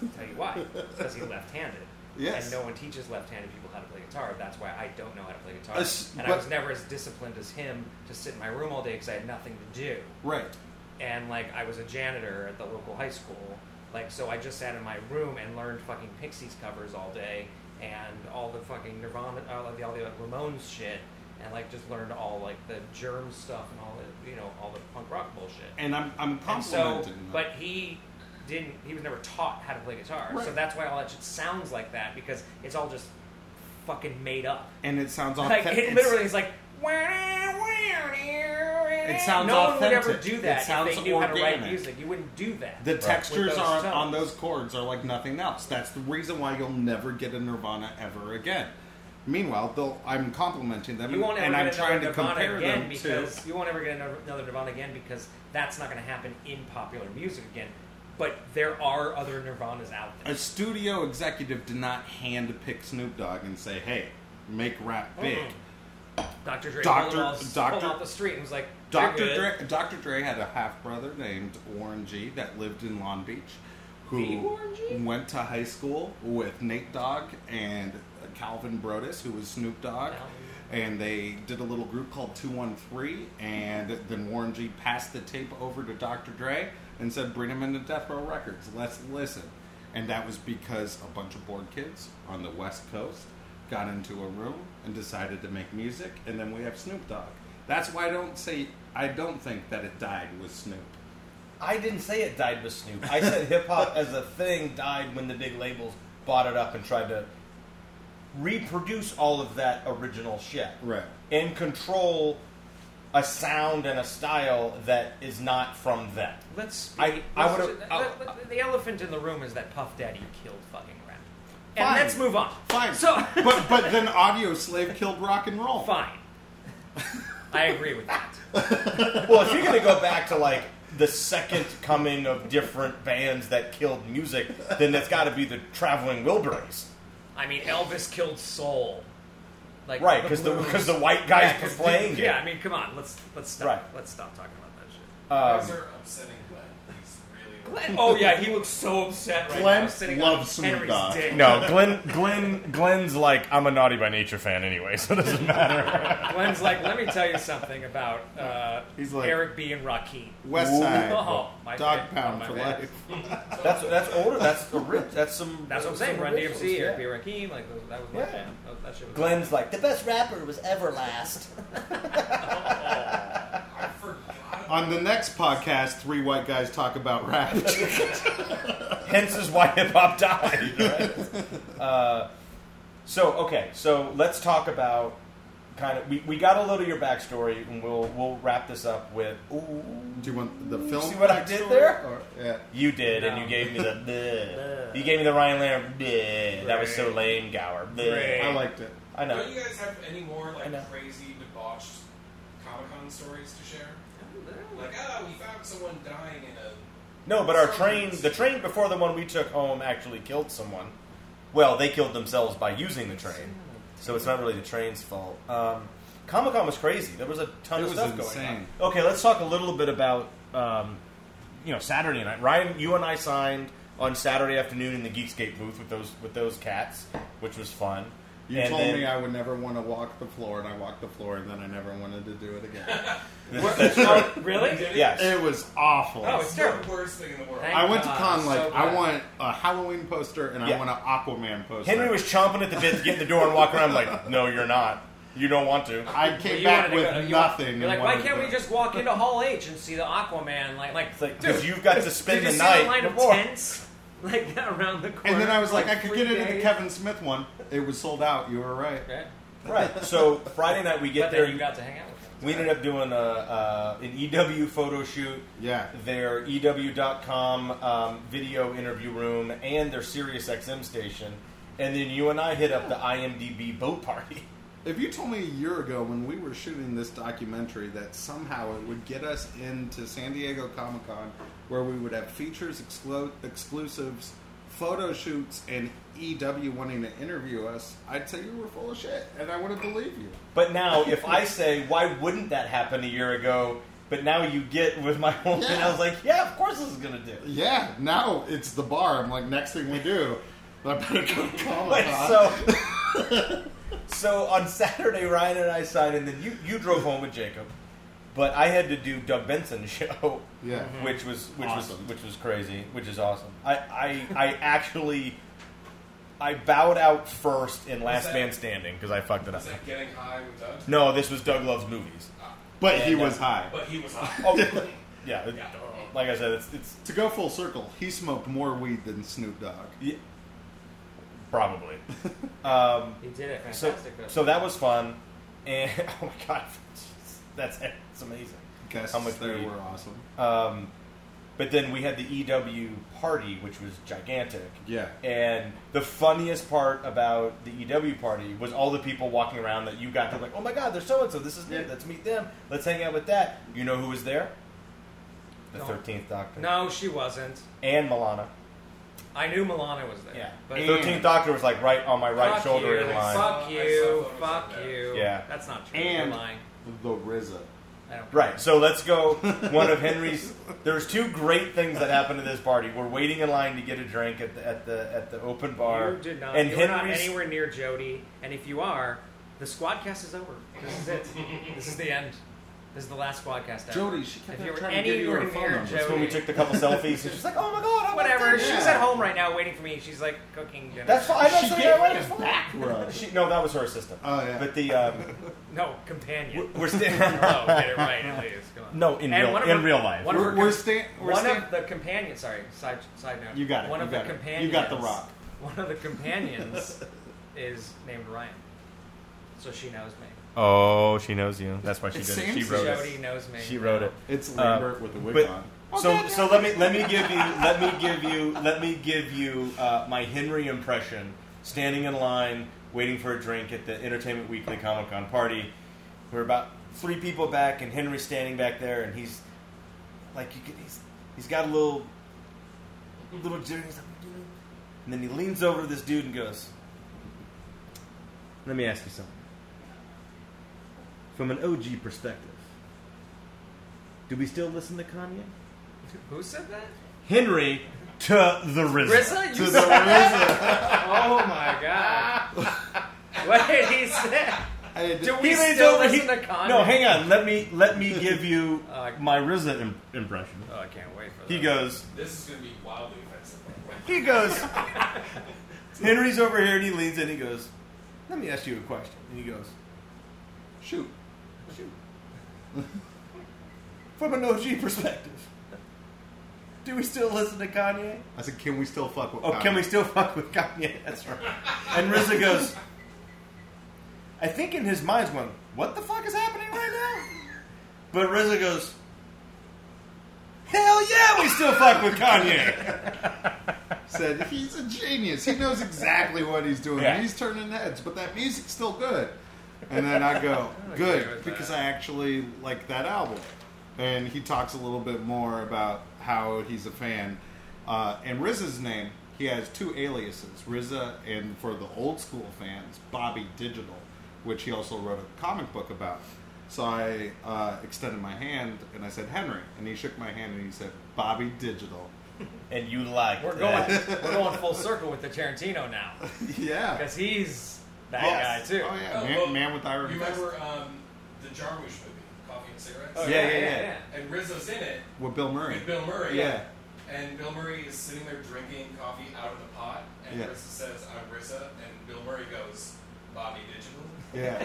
A: I'll tell you why. because he's left-handed.
D: Yes.
A: And no one teaches left-handed people how to play guitar. That's why I don't know how to play guitar.
D: Uh, s-
A: and I
D: but-
A: was never as disciplined as him to sit in my room all day because I had nothing to do.
D: right.
A: And like I was a janitor at the local high school. Like so I just sat in my room and learned fucking Pixies covers all day and all the fucking Nirvana uh, all the all the Ramones shit and like just learned all like the germ stuff and all the you know all the punk rock bullshit.
D: And I'm I'm
A: And so,
D: complimenting. them.
A: but he didn't. He was never taught how to play guitar, so
D: Right.
A: that's why all that shit sounds like that because it's all just fucking made up.
D: and it sounds
A: Like
D: authentic.
A: it
D: It's-
A: literally is like. It
D: sounds
A: no one would ever
D: authentic.
A: do
D: It
A: that
D: sounds
A: if they knew how to write
D: organic.
A: music. You wouldn't do that.
D: The
A: With
D: textures
A: those
D: on,
A: tones.
D: on those chords are like nothing else. That's the reason why you'll never get a Nirvana ever again. Meanwhile, though I'm complimenting them
A: you won't ever
D: and
A: get
D: I'm
A: another
D: trying to
A: Nirvana
D: compare
A: again
D: them
A: because
D: to
A: you won't ever get another another Nirvana again because that's not going to happen in popular music again. but there are other Nirvanas out there.
D: A studio executive did not handpick Snoop Dogg and say, "Hey, make rap big."
A: Dr. Hmm. Dre
D: Dr.
A: pulled, him off,
D: Dr.
A: pulled him off the street and was like,
D: Dr.
A: "You're good."
D: Dre, Dr. Dre had a half brother named Warren G that lived in Long Beach,
A: The
D: who
A: Warren G?
D: went to high school with Nate Dogg and Calvin Brodus, who was Snoop Dogg.
A: Calvin.
D: And they did a little group called 213, and then Warren G passed the tape over to Dr. Dre and said, Bring him into Death Row Records, let's listen. And that was because a bunch of bored kids on the West Coast got into a room and decided to make music, and then we have Snoop Dogg. That's why I don't say, I don't think that it died with Snoop.
B: I didn't say it died with Snoop. I said hip hop as a thing died when the big labels bought it up and tried to reproduce all of that original shit.
D: Right.
B: And control a sound and a style that is not from them.
A: Let's. Be,
B: I- I
A: let's
B: would've-
A: ju-
D: uh,
B: I-
A: the, the- the elephant in the room is that Puff Daddy killed fucking rap. And
D: Fine.
A: let's move on.
D: Fine.
A: So
D: but but then Audio Slave killed rock and roll.
A: fine. I agree with that.
B: Well, if you're going to go back to like the second coming of different bands that killed music, then that's got to be the Traveling Wilburys,
A: I mean, Elvis killed soul. Like
B: right? Because the because the, white guys were
A: 'cause the-
B: playing
A: Yeah,
B: it.
A: I mean, come on. Let's let's stop.
B: Right.
A: Let's stop talking about that shit.
B: Um,
E: Guys are upsetting Glenn. He's really.
A: Glenn, oh yeah, he looks so upset right
D: Glenn
A: now, sitting on
D: loves Snoop
A: Henry's
D: Dogg.
A: dick.
B: No, Glenn, Glenn, Glenn's like I'm a naughty by nature fan anyway, so it doesn't matter.
A: Glenn's like, let me tell you something about uh,
D: He's like-
A: Eric B and Rakim.
D: West Side.
A: Oh, my
D: Dog
A: bad.
D: pound
A: Oh, my
D: for
A: bad.
D: life.
B: That's that's older. That's a rip. That's some.
A: That's what I'm saying.
B: some
A: Run
B: originals,
A: DMC,
B: yeah.
A: Eric B and Rakim. Like that was my
B: Yeah.
A: jam. That- That shit was
B: Glenn's like
M: The best rapper was Everlast.
E: I forgot.
D: On the next podcast, three white guys talk about rap.
B: Hence is why hip hop died. right? uh, so okay, so let's talk about kind of we, we got a little of your backstory, and we'll we'll wrap this up with ooh
D: Do you want the film?
B: See what I did
D: backstory?
B: there?
D: Or, yeah.
B: you did, and you
A: No.
B: gave me the bleh. you gave me the Ryan Lamb bleh. that was so
A: Right.
B: lame, Gower. bleh.
D: I liked it.
B: I know.
E: Don't you guys have any more
B: I
E: like
B: know.
E: crazy debauched Comic Con stories to share?
A: good.
E: Like, ah, we found someone dying in a.
B: No, but our train, the train before the one we took home actually killed someone. Well, they killed themselves by using the train. So it's not really the train's fault. Um, Comic Con was crazy. There was a ton
D: It
B: of
D: was
B: stuff
D: insane.
B: going on. Okay, let's talk a little bit about um, you know Saturday night. Ryan, you and I signed on Saturday afternoon in the Geekscape booth with those with those cats, which was fun.
D: You
B: And
D: told
B: then-
D: me I would never want to walk the floor, and I walked the floor, and then I never wanted to do it again.
B: that's true.
A: Oh, Really?
B: Yes.
D: it was awful.
A: Oh,
E: It's
A: it's
E: the
A: terrible.
E: worst thing in the world.
A: Thank
D: I went to
A: God,
D: con
A: so
D: like I
A: bad.
D: want a Halloween poster and
B: Yeah.
D: I want an Aquaman poster.
B: Henry was chomping at the bit to get in the door and walk around. like, no, you're not. You don't want to.
D: I
A: Well,
D: came
A: you wanted
D: back
A: to
D: with
A: go to- you want-
D: nothing.
A: You're
D: and
A: like, why
D: wanted
A: can't
D: to-
A: we just walk into Hall H and see the Aquaman? Like, like,
B: It's like
A: dude,
B: because you've got to spend
A: did you
B: the
A: see
B: night.
A: the line of
B: before.
A: tents like around the corner?
D: And then I was like, I could
A: three
D: get into the
A: days?
D: Kevin Smith one. It was sold out. You were right.
A: Okay.
B: Right. So Friday night we
A: But
B: get
A: then
B: there.
A: you got to hang out with him.
B: we ended up doing a, uh, an EW photo shoot,
D: Yeah.
B: their E EW.com um, video interview room, and their Sirius XM station. And then you and I hit up the IMDb boat party.
D: If you told me a year ago when we were shooting this documentary that somehow it would get us into San Diego Comic Con where we would have features, exclo- exclusives, photo shoots, and EW wanting to interview us, I'd say you were full of shit and I wouldn't believe you.
B: But now, if I say, why wouldn't that happen a year ago? But now you get with my whole and I was like, yeah, of course this is going to do.
D: Yeah, now it's the bar. I'm like, next thing we do, I better go to Comic
B: Wait,
D: Con.
B: so, so on Saturday, Ryan and I signed, and then you, you drove home with Jacob, but I had to do Doug Benson's show,
D: Yeah.
B: which was which
D: Awesome.
B: was which was crazy, which is awesome. I I, I actually I bowed out first in Last
E: that-
B: Man Standing because I fucked it up.
E: It's like getting high with Doug.
B: No, this was Doug loves movies.
D: but he
B: and, uh,
D: was high.
E: But he was high.
B: Oh, yeah, it-
E: Yeah.
B: like I said, it's it's
D: to go full circle, he smoked more weed than Snoop Dogg.
B: yeah, probably. Um,
A: He did it.
B: so
A: Fantastic. though.
B: so that was fun, and oh my god, that's it's amazing.
D: Guests
B: How much
D: there
B: weed?
D: were awesome.
B: Um, but then we had the EW party, which was gigantic.
D: Yeah.
B: And the funniest part about the EW party was all the people walking around that you got to like, oh my god, they're so and so. This is me.
D: Yeah.
B: Let's meet them. Let's hang out with that. You know who was there? the
A: No.
B: Thirteenth Doctor.
A: No, she wasn't.
B: And Milana.
A: I knew Milana was there. but
B: Thirteenth Doctor was like right on my right
A: fuck
B: shoulder
A: you,
B: in line.
E: Oh, I saw
A: Fuck you,
E: photos
A: fuck
E: of that.
A: you.
B: Yeah.
A: that's not true.
D: And-
A: You're lying.
D: The RZA.
A: I don't
B: Right. So let's go. One of Henry's. There's two great things that happened to this party. We're waiting in line to get a drink at the at the at the open bar.
A: You did not.
B: And
A: You're not
B: Henry's-
A: anywhere near Jody. And if you are, the squadcast is over. This is it. this is the end. This is the last squadcast. Ever.
D: Jody, she kept
A: If you were
D: trying to give you her
A: anywhere
D: phone
A: near
D: number.
A: Jody,
D: That's
B: When we took the couple selfies, and she's like, "Oh my god, I want
A: whatever.
B: that."
A: She's at home right now waiting for me. She's like cooking dinner.
B: That's fine. That's
D: She
B: what
D: gave
B: I
D: me
B: waited
D: his
B: for.
D: back rub.
B: She, no, that was her assistant.
D: Oh, yeah.
B: But the um,
A: no companion.
B: we're still
A: oh, get it right at least. Come on.
B: no in
A: And
B: real
A: one of
B: in
A: her-
B: real life.
A: One of her
D: We're,
A: com-
D: we're stand. We're
A: one
D: stand-
A: of the companions. Sorry, side side note.
D: You got it,
A: One
D: you
A: of
D: got
A: the
D: it.
A: companions.
D: You got the rock.
A: One of the companions is named Ryan, so she knows me.
B: Oh, she knows you. That's why she
D: It
B: did it. She
D: seems-
B: wrote
A: Jody
B: it.
A: knows me.
B: She wrote it.
D: it's Lambert with the wig
B: but-
D: on.
B: So, so let me let me give you let me give you let me give you uh, my Henry impression. Standing in line, waiting for a drink at the Entertainment Weekly Comic Con party. We're about three people back, and Henry's standing back there, and he's like, you could, he's he's got a little little jittery. He's like, "What are you doing?" and then he leans over to this dude and goes, "Let me ask you something. From an OG perspective, do we still listen to Kanye?"
A: Who said that?
B: Henry to the RZA.
A: Rizza? You
D: To the
A: said-
D: RZA.
A: oh my god! what did he say?
D: I-
A: Do
B: He
A: we
B: leans
A: still
B: over, he-
A: listen to Kanye?
B: No, hang on. Let me let me give you
A: Uh,
B: my RZA Im- impression.
A: Oh, I can't wait for that.
B: He goes.
E: This is going to be wildly offensive. by the way.
B: He goes. Henry's over here and he leans in. He goes. Let me ask you a question. And he goes.
D: Shoot.
B: From an OG perspective, do we still listen to Kanye?
D: I said, can we still fuck with
B: Oh,
D: Kanye?
B: can we still fuck with Kanye? That's right. And RZA goes. I think in his mind's going, "What the fuck is happening right now?" But RZA goes, "Hell yeah, we still fuck with Kanye."
D: said he's a genius. He knows exactly what he's doing.
B: Yeah.
D: He's turning heads, but that music's still good. And then I go,
A: agree
D: good,
A: with
D: because I actually like that album. And he talks a little bit more about how he's a fan. Uh, and Rizza's name, he has two aliases, Rizza, and for the old school fans, Bobby Digital, which he also wrote a comic book about. So I uh, extended my hand and I said Henry, and he shook my hand and he said Bobby Digital.
B: and you like
A: We're going. we're going full circle with the Tarantino now
D: yeah,
A: because he's that
D: Yes.
A: guy too.
D: Oh yeah,
E: Oh,
D: man,
E: well,
D: man with iron
E: You
D: fist.
E: remember um, the Jarmusch movie, Coffee and Cigarettes?
A: Oh,
D: Yeah, yeah, yeah.
E: And Rizzo's in it
D: with Bill Murray.
E: with Bill Murray.
D: Yeah.
E: And Bill Murray is sitting there drinking coffee out of the pot, and
D: Yeah.
E: Rizzo says, "I'm Rizza," and Bill Murray goes, "Bobby Digital."
D: Yeah,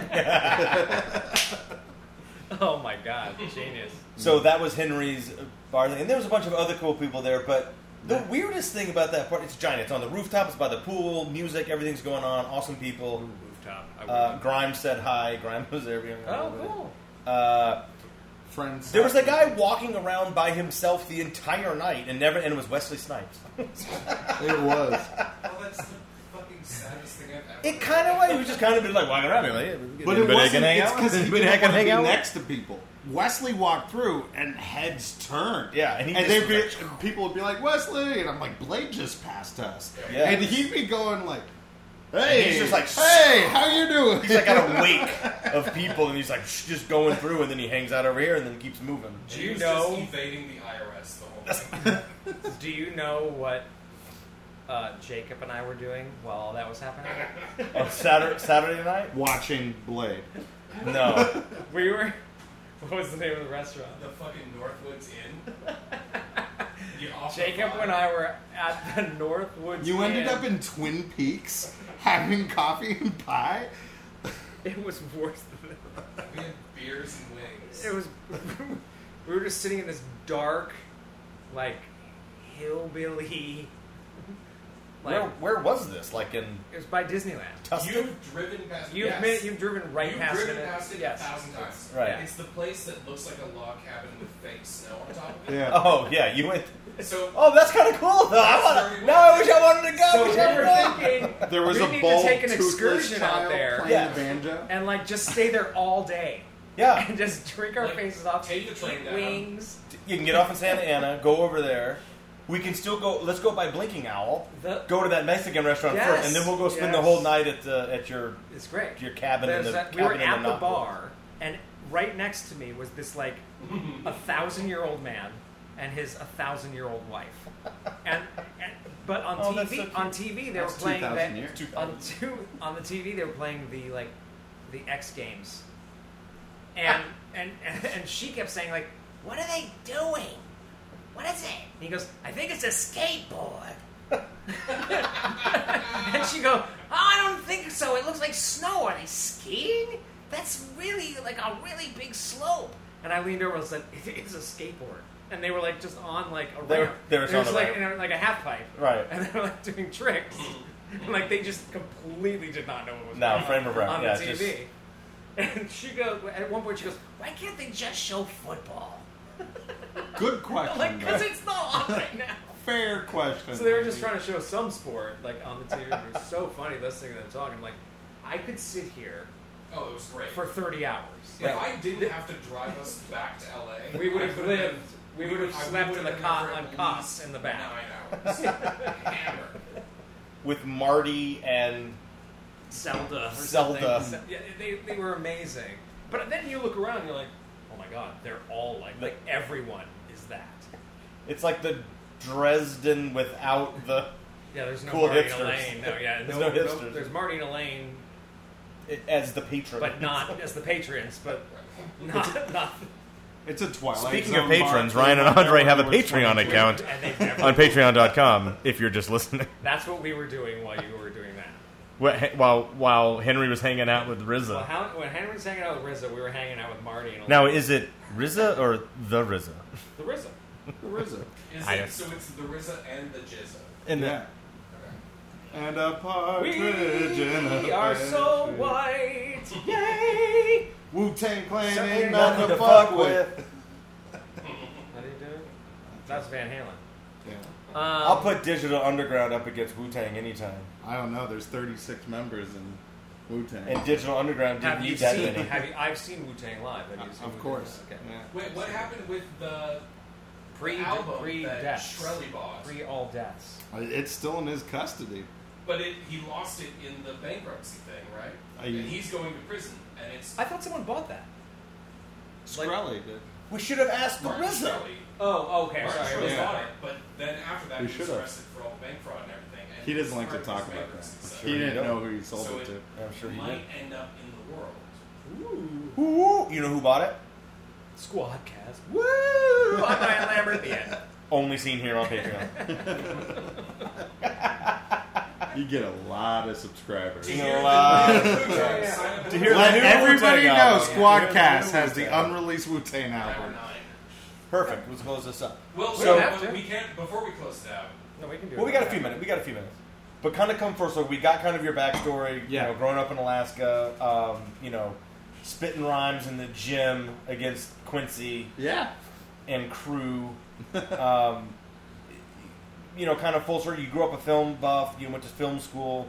A: Oh my god, genius.
B: So that was Henry's bar, and there was a bunch of other cool people there. But the weirdest thing about that part, it's giant. It's on the rooftop. It's by the pool. Music. Everything's going on. Awesome people.
A: Rooftop. I
B: Uh,
A: would-
B: Grimes said hi. Grimes was there.
A: oh, cool.
B: Uh,
D: friends.
B: there was a guy walking around by himself the entire night, and never. And it was Wesley Snipes.
D: It was.
E: Oh, that's the fucking saddest thing I've ever.
B: It kind of like he was just kind of been like walking around. Like, hey,
D: But it
B: anybody
D: wasn't.
B: can hang
D: It's
B: out?
D: because he
B: Anybody
D: didn't
B: I can
D: want to
B: hang
D: be
B: out with?
D: next to people. Wesley walked through and heads turned.
B: Yeah, and he
D: and
B: just
D: they'd be,
B: was
D: and people would be like Wesley, and I'm like Blade just passed us.
B: Yeah.
D: and he'd be going like, Hey,
B: And he's just like,
D: Hey, how you doing?
B: He's like got a wake of people, and he's like shh, just going through, and then he hangs out over here, and then keeps moving.
E: Do
A: You
E: you
A: know-
E: know? Just evading the IRS the whole time.
A: Do you know what uh, Jacob and I were doing while all that was happening?
B: On Saturday, Saturday night?
D: watching Blade.
B: No.
A: we were. What was the name of the restaurant?
E: the fucking Northwoods Inn. You off the
A: Jacob
E: pot.
A: and I were at the Northwoods.
D: You ended
A: Inn.
D: up in Twin Peaks having coffee and pie.
A: It was worse than that.
E: We had beers and wings.
A: It was. we were just sitting in this dark, like, hillbilly. Like
B: where, where was this? Like in
A: it was by Disneyland.
B: Tustin?
E: You've driven past.
A: You've
E: yes.
A: been, you've driven right
E: You've
A: past
E: driven
A: it.
E: past it
A: yes.
E: a thousand times.
B: Right.
E: It's the place that looks like a log cabin with fake snow on top of it.
D: Yeah.
B: Oh yeah, you went.
E: So
B: Oh, that's kind of cool though. I
E: That's
B: want
E: very
B: to. Now I wish I wanted to go.
A: So
B: I
A: we
B: wish I wanted to go.
A: were thinking
D: There was
A: we
D: a
A: need
D: bald
A: to take an
D: toothless
A: excursion out
D: child
A: there
D: playing
B: Yeah.
D: the banjo.
A: and like just stay there all day.
B: Yeah,
A: and just drink our
E: Like,
A: faces off.
E: take the train
A: eat
E: down.
A: wings.
B: you can get off in Santa Ana, go over there. We can still go. Let's go by Blinking Owl.
A: The-
B: Go to that Mexican restaurant
A: Yes,
B: first, and then we'll go spend the
A: yes.
B: whole night at the, at your
A: It's great.
B: your cabin in
A: There's
B: the
A: that- we were
B: cabin in
A: at the
B: Monopoly.
A: bar, and right next to me was this like a thousand year old man and his a thousand year old wife, and, and but on
B: Oh, that's
A: TV
B: so cute.
A: on TV they
D: That's
A: were playing
D: 2,000
A: that
D: years.
A: on two on the TV they were playing the like the X Games, and and and she kept saying like, "What are they doing? What is it?" And he goes, "I think it's a skateboard." and she go, "Oh, I don't think so. It looks like snow. Are they skiing? That's really like a really big slope." And I leaned over and said, "It is a skateboard." And they were like just on like a
B: They were-
A: ramp.
B: they were
A: It
B: on
A: was
B: a
A: like
B: ramp.
A: you know, like a half pipe,
B: Right.
A: And they were like doing tricks. And, like they just completely did not know what was
B: No,
A: going on
B: frame of reference,
A: on
B: yeah,
A: the TV.
B: just-
A: And she goes at one point she goes, "Why can't they just show football?
D: Good question.
A: Like, because
D: though.
A: it's not on right now."
D: fair question.
A: So they were just trying to show some sport, like on the TV. It was so funny listening to them talk. I'm like, I could sit here
E: Oh, it was great.
A: for 30 hours.
E: if I didn't have to drive us back to LA,
A: We would
E: I
A: have
E: could've
A: lived.
E: been-
A: We would have
E: I
A: slept in
E: would've
A: the
E: been
A: cot
E: there for
A: on
E: at
A: cots
E: least
A: in the back.
E: Nine hours. Hammer.
B: with Marty and
A: Zelda. Or
B: Zelda.
A: something. Yeah, they, they were amazing. But then you look around and you're like, oh my god, they're all like, like everyone is that.
B: it's like the Dresden without the
A: Yeah, there's no
B: Cool
A: Marty
B: hipsters.
A: and Elaine. No, yeah,
B: There's
A: no,
B: no hipsters.
A: there's Marty and Elaine,
B: as the patron.
A: but not as the patrons, but not, not
D: It's a Twilight
I: Speaking
D: Zone
I: of patrons,
D: bar.
I: Ryan and Andre have a
D: We're twenty
I: Patreon
D: two.
I: account
A: and they've never
I: on patreon.com if you're just listening.
A: That's what we were doing while you were doing that.
I: Wh- While while Henry was hanging out with
A: Well,
I: Rizza.
A: how, when Henry was hanging out with Rizza, we were hanging out with Marty and
I: Now, is it Rizza or the Rizza?
A: the Rizza.
D: Where is it?
E: Is
I: I
E: it,
I: don't-
E: so it's the Rizza and the Jizza.
B: and the-
D: Yeah. And a partridge in
A: We
D: a
A: are
D: pear
A: so
D: tree.
A: white, yay!
D: Wu Tang Clan
A: Something
D: ain't
A: nothing
D: nothing to fuck with.
A: How do you do? it? That's Van Halen.
D: Yeah.
A: Um,
B: I'll put Digital Underground up against Wu Tang anytime.
D: I don't know. There's 36 members in Wu Tang.
B: And Digital Underground didn't
A: Have you
B: need that
A: seen?
B: many.
A: Have you? I've seen Wu Tang live. Have you seen
D: Uh, Of
A: Wu-Tang
D: course. Uh,
A: live? Okay.
D: Yeah.
E: Wait, what happened with the
A: Pre
E: album
A: pre
E: that
A: deaths.
E: Shirley bought?
A: Pre all deaths.
D: It's still in his custody.
E: But it, he lost it in the bankruptcy thing, right?
D: I-
E: and he's going to prison, and it's
A: I thought someone bought that. Like-
D: Skrelly did.
B: We should have asked the
E: Martin
B: RZA.
E: Shkreli.
A: Oh, okay.
E: Martin
A: Sorry, it
E: Shkreli
A: was
D: Yeah.
E: bought it, but then after that,
D: We
E: he was
D: should've.
E: arrested for all the bank fraud and everything. And
D: He doesn't like to
E: was
D: talk
E: part
D: about
E: of
D: that.
E: his bankruptcy,
D: he
E: so
D: didn't
B: don't.
D: know who he sold
E: So
D: it to.
E: it-
B: I'm sure he
E: might
B: did.
E: end up in the world.
B: Ooh, you know who bought it?
A: Squadcast. Woo! Bought by Lambert at the end.
B: Only seen here on Patreon.
D: You get a lot of subscribers.
E: To
B: You know,
E: hear the
B: uh,
E: new Wu-Tang sign up
B: to
E: for
B: hear
D: Let
B: the new
D: everybody
B: Wu-Tang
D: know
B: album. Yeah,
D: Squadcast
B: the new
D: has the
B: Wu-Tang album.
D: unreleased Wu Tang
E: Hour
D: album.
E: nine.
B: Perfect. Let's close this up.
E: Well,
A: We
E: so
A: don't have
E: but
A: to.
E: we can't before we close it out.
A: No, we can do it.
B: Well, we got a few minutes. We got a few minutes. But kind of come first. So we got kind of your backstory.
D: Yeah.
B: You know, growing up in Alaska. Um, you know, spitting rhymes in the gym against Quincy
D: Yeah.
B: and crew. Um, you know, kind of full circle. You grew up a film buff. You went to film school.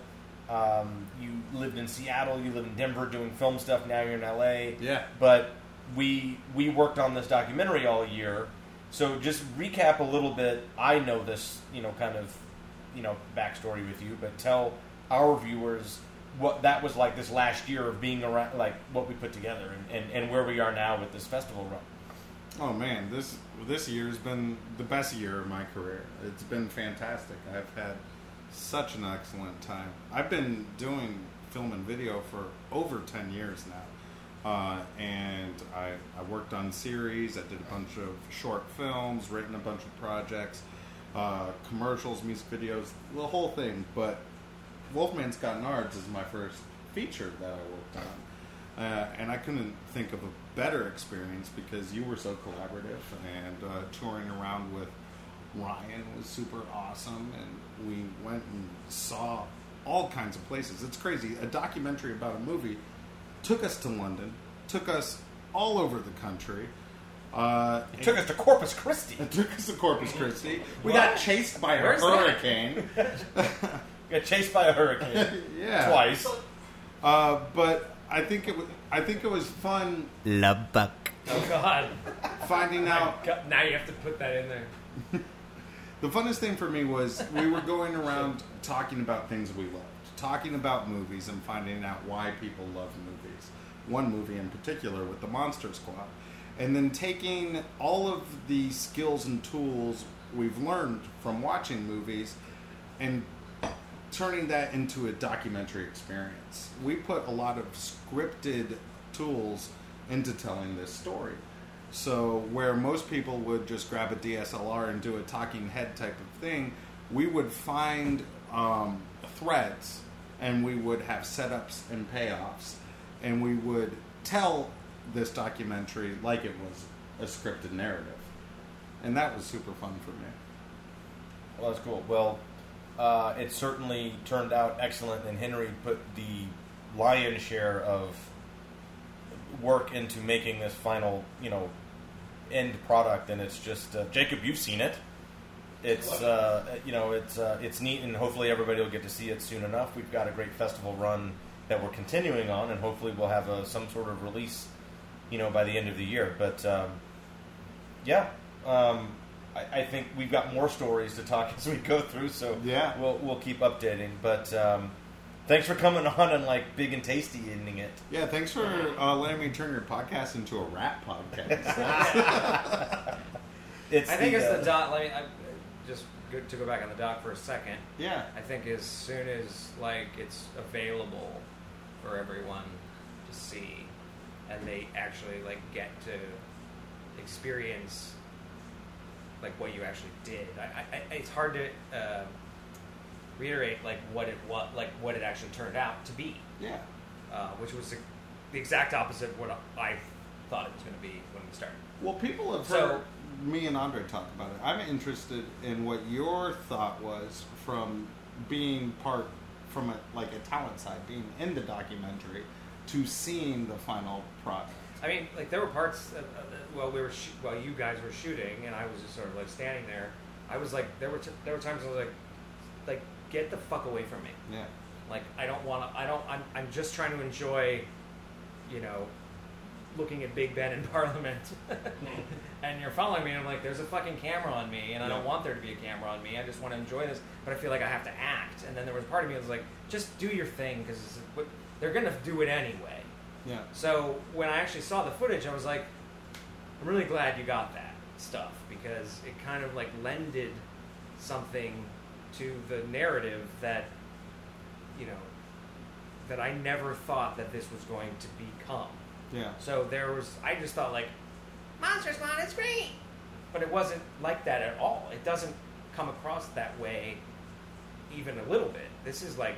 B: Um, you lived in Seattle. You live in Denver doing film stuff. Now you're in LA.
D: Yeah.
B: But we we worked on this documentary all year. So just recap a little bit. I know this, you know, kind of, you know, backstory with you, but tell our viewers what that was like this last year of being around, like what we put together and, and, and where we are now with this festival run.
D: Oh man, this this year has been the best year of my career. It's been fantastic. I've had such an excellent time. I've been doing film and video for over ten years now, uh, and I, I worked on series. I did a bunch of short films, written a bunch of projects, uh, commercials, music videos, the whole thing. But Wolfman's Got Nards is my first feature that I worked on. Uh, and I couldn't think of a better experience because you were so collaborative and uh, touring around with Ryan was super awesome. And we went and saw all kinds of places. It's crazy. A documentary about a movie took us to London, took us all over the country. Uh,
B: It took us to Corpus Christi.
D: it took us to Corpus Christi. We
A: What?
D: got chased by
A: Where's
D: a
A: that?
D: hurricane.
B: Got chased by a hurricane
D: yeah.
B: twice.
D: Uh, but I think it was I think it was fun
M: Lubbock.
A: Oh God.
D: finding out.
A: God, Now you have to put that in there.
D: The funnest thing for me was we were going around talking about things we loved, talking about movies, and finding out why people love movies. One movie in particular with the Monster Squad. And then taking all of the skills and tools we've learned from watching movies and turning that into a documentary experience. We put a lot of scripted tools into telling this story. So, where most people would just grab a DSLR and do a talking head type of thing, we would find um, threads and we would have setups and payoffs and we would tell this documentary like it was a scripted narrative. And that was super fun for me.
B: Well, that's cool. Well, uh, it certainly turned out excellent, and Henry put the lion's share of work into making this final, you know, end product. And it's just uh, Jacob, you've seen it. It's uh, you know, it's uh, it's neat, and hopefully everybody will get to see it soon enough. We've got a great festival run that we're continuing on, and hopefully we'll have a, some sort of release, you know, by the end of the year. But um, yeah. Um, I, I think we've got more stories to talk as we go through, so
D: Yeah.
B: we'll we'll keep updating. But um, thanks for coming on and like big and tasty ending it.
D: Yeah, thanks for uh, letting me turn your podcast into a rap podcast.
B: It's
A: I think
B: the,
A: it's
B: uh,
A: the dot. Let me I, just go, to go back on the dot for a second.
D: yeah.
A: I think as soon as like it's available for everyone to see, and they actually like get to experience like what you actually did. I, I, I it's hard to uh, reiterate like what it what like what it actually turned out to be,
D: Yeah.
A: uh, which was the, the exact opposite of what I thought it was going to be when we started.
D: Well, people have
A: So-
D: heard me and Andre talk about it. I'm interested in what your thought was from being part from a, like a talent side, being in the documentary, to seeing the final product.
A: I mean, like there were parts. Of, of- while we were sh- while you guys were shooting, and I was just sort of like standing there. I was like, there were t- there were times I was like, like get the fuck away from me.
D: Yeah.
A: Like I don't want to. I don't. I'm, I'm just trying to enjoy, you know, looking at Big Ben in Parliament. and you're following me, and I'm like, there's a fucking camera on me, and I don't
D: Yeah.
A: want there to be a camera on me. I just want to enjoy this, but I feel like I have to act. And then there was part of me that was like, just do your thing because they're gonna do it anyway.
D: Yeah.
A: So when I actually saw the footage, I was like, I'm really glad you got that stuff because it kind of like lended something to the narrative that, you know, that I never thought that this was going to become.
D: Yeah.
A: So there was, I just thought like, Monster Squad is great, but it wasn't like that at all. It doesn't come across that way, even a little bit. This is like,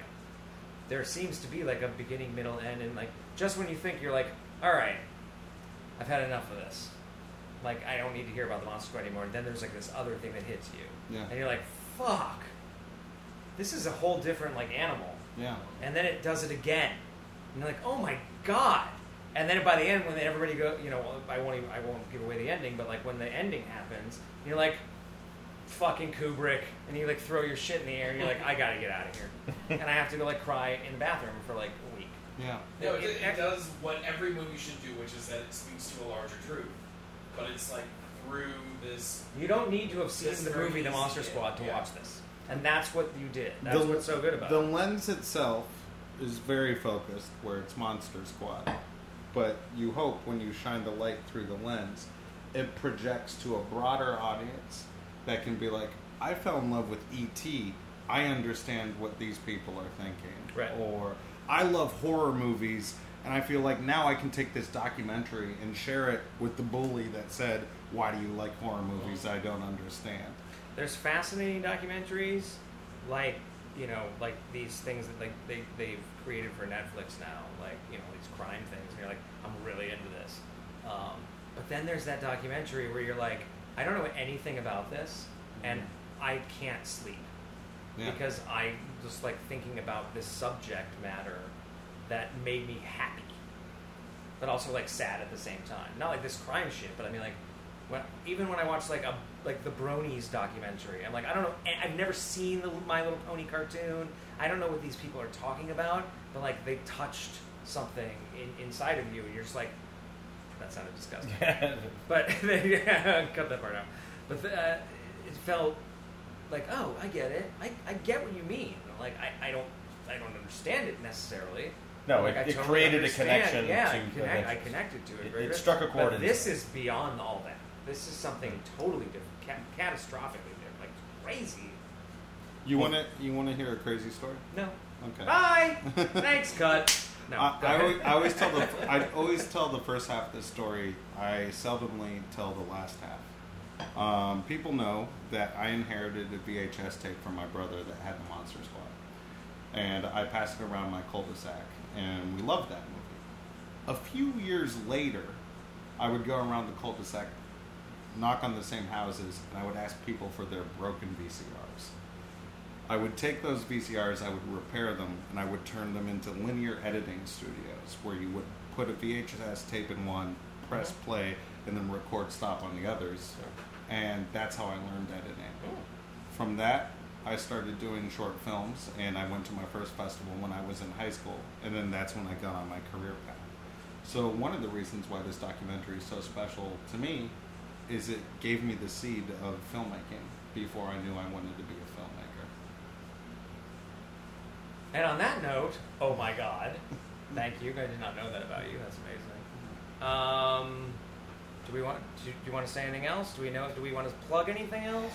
A: there seems to be like a beginning, middle, end, and like just when you think you're like, all right, I've had enough of this. Like I don't need to hear about the Monster Squad anymore. And then there's like this other thing that hits you,
D: Yeah.
A: and you're like, fuck, this is a whole different like animal
D: Yeah.
A: and then it does it again. And you're like, oh my god! And then by the end, when everybody go, you know, I won't even, I won't give away the ending, but like when the ending happens, you're like, fucking Kubrick, and you like throw your shit in the air, and you're like, I gotta get out of here, and I have to go like cry in the bathroom for like a week.
D: Yeah.
E: No,
A: It-
E: it,
A: it-
E: it does what every movie should do, which is that it speaks to a larger truth. But it's like through this.
A: You don't need to have seen
E: It's
A: the
E: very
A: movie The
E: easy,
A: Monster Squad to
E: yeah.
A: watch this, and that's what you did. That's
D: The-
A: what's so good about
D: The
A: it.
D: lens itself is very focused, where it's Monster Squad, but you hope when you shine the light through the lens, it projects to a broader audience that can be like, "I fell in love with E.T. I understand what these people are thinking,"
A: Right.
D: or "I love horror movies." And I feel like now I can take this documentary and share it with the bully that said, "Why do you like horror movies? I don't understand."
A: there's fascinating documentaries like you know like these things that like they, they've created for netflix now like you know these crime things and you're like i'm really into this um, but then there's that documentary where you're like i don't know anything about this and i can't sleep
D: Yeah.
A: because i just like thinking about this subject matter that made me happy but also like sad at the same time not like this crime shit but i mean like when, even when i watch like a like the bronies documentary i'm like i don't know a- i've never seen the my little pony cartoon i don't know what these people are talking about but like they touched something in, inside of you, and you're just like, that sounded disgusting. But then cut that part out. But uh, it felt like, oh, I get it. I, I get what you mean. Like I, I don't I don't understand it necessarily.
B: No,
A: Like,
B: it-
A: I
B: it created a
A: understand.
B: connection
A: Yeah,
B: to
A: I, connect, I
B: events.
A: connected to it.
B: It-
A: very
B: it
A: much.
B: struck a chord
A: But
B: in
A: this
B: you.
A: is beyond all that. This is something totally different, ca- catastrophically different, like crazy.
D: You want to you want to hear a crazy story?
A: No.
D: Okay.
A: Bye. Thanks. Cut. No.
D: I,
A: go
D: I,
A: ahead.
D: always, I always tell the I always tell the first half of the story. I seldomly tell the last half. Um, people know that I inherited a VHS tape from my brother that had the Monster Squad, and I passed it around my cul-de-sac, and we loved that movie. A few years later, I would go around the cul-de-sac, knock on the same houses, and I would ask people for their broken VCRs. I would take those VCRs, I would repair them, and I would turn them into linear editing studios where you would put a VHS tape in one, press play, and then record stop on the others. And that's how I learned editing. From that, I started doing short films, and I went to my first festival when I was in high school, and then that's when I got on my career path. So, one of the reasons why this documentary is so special to me is it gave me the seed of filmmaking before I knew I wanted to be a filmmaker.
A: And on that note, oh my god, thank you. I did not know that about you. That's amazing. Um, do we want? Do, do you want to say anything else? Do we know? Do we want to plug anything else?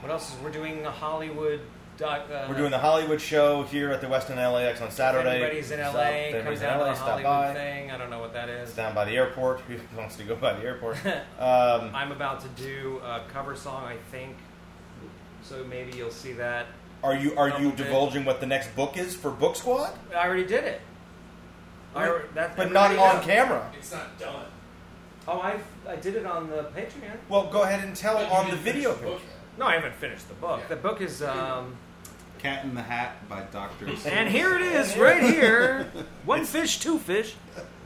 A: What else is we're doing? A Hollywood. Doc, uh,
B: We're doing the Hollywood show here at the Westin LAX on
A: if
B: Saturday.
A: Anybody's in
B: So,
A: LA,
B: if
A: comes
B: anybody's in
A: down
B: LA,
A: to the
B: stop
A: Hollywood
B: by.
A: thing. I don't know what that is.
B: It's down by the airport. Who wants to go by the airport? Um,
A: I'm about to do a cover song, I think. So maybe you'll see that.
B: are you are you
A: Double dip.
B: divulging what the next book is for Book Squad?
A: I already did it. I, alre- that,
B: But not
A: everybody
B: on
A: knows.
B: camera.
E: It's not done.
A: Oh, I I did it on the Patreon.
B: Well, go ahead and tell
E: But you
B: on the
E: didn't
B: video
E: finish the book
B: picture.
A: No, I haven't finished the book.
E: Yeah.
A: The book is, um,
D: Cat in the Hat by Dr. Seuss.
A: and here it is, right here. One fish, two fish.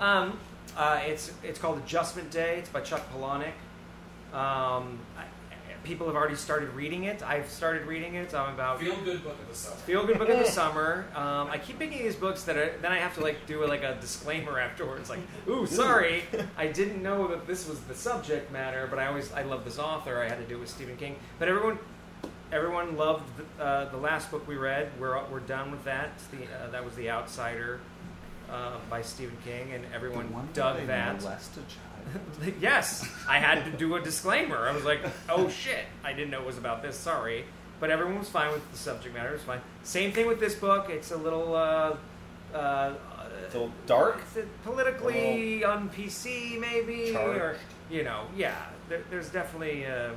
A: Um, uh, it's it's called Adjustment Day. It's by Chuck Palahniuk. Um, I, people have already started reading it. I've started reading it. I'm about
E: Feel good book of the summer.
A: Feel Good Book of the Summer. Um, I keep picking these books that are, then I have to like do like a disclaimer afterwards, like, "Ooh, sorry, I didn't know that this was the subject matter." But I always I love this author. I had to do it with Stephen King. But everyone, everyone loved the, uh, the last book we read. We're we're done with that. It's the uh, that was The Outsider uh, by Stephen King, and everyone dug that.
D: molested child.
A: yes, I had to do a disclaimer. I was like, oh shit, I didn't know it was about this, sorry. But everyone was fine with the subject matter, it was fine. Same thing with this book, it's a little, uh, uh,
B: It's a little dark.
A: it's a- politically on PC, maybe, or,
B: Charged.
A: you know, yeah, there, there's definitely, um,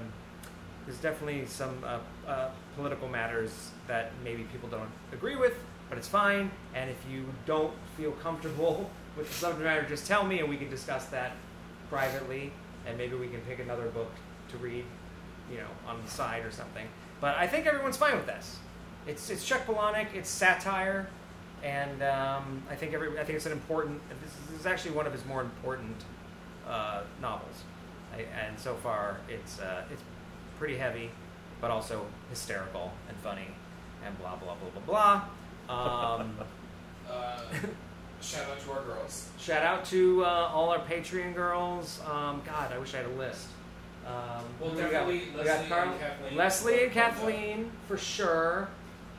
A: there's definitely some uh, uh, political matters that maybe people don't agree with, but it's fine. And if you don't feel comfortable with the subject matter, just tell me, and we can discuss that privately, and maybe we can pick another book to read, you know, on the side or something. But I think everyone's fine with this. It's it's Chuck Palahniuk, it's satire, and um, I think every I think it's an important. This is, this is actually one of his more important uh, novels, I, and so far it's uh, it's pretty heavy, but also hysterical and funny, and blah blah blah blah blah. Um,
E: Uh, shout out to our girls.
A: shout out to uh, all our Patreon girls. Um, God, I wish I had a list. Um,
E: Well,
A: who
E: definitely
A: we got? We got
E: Leslie
A: Carl-
E: and Kathleen.
A: Leslie and Kathleen for sure.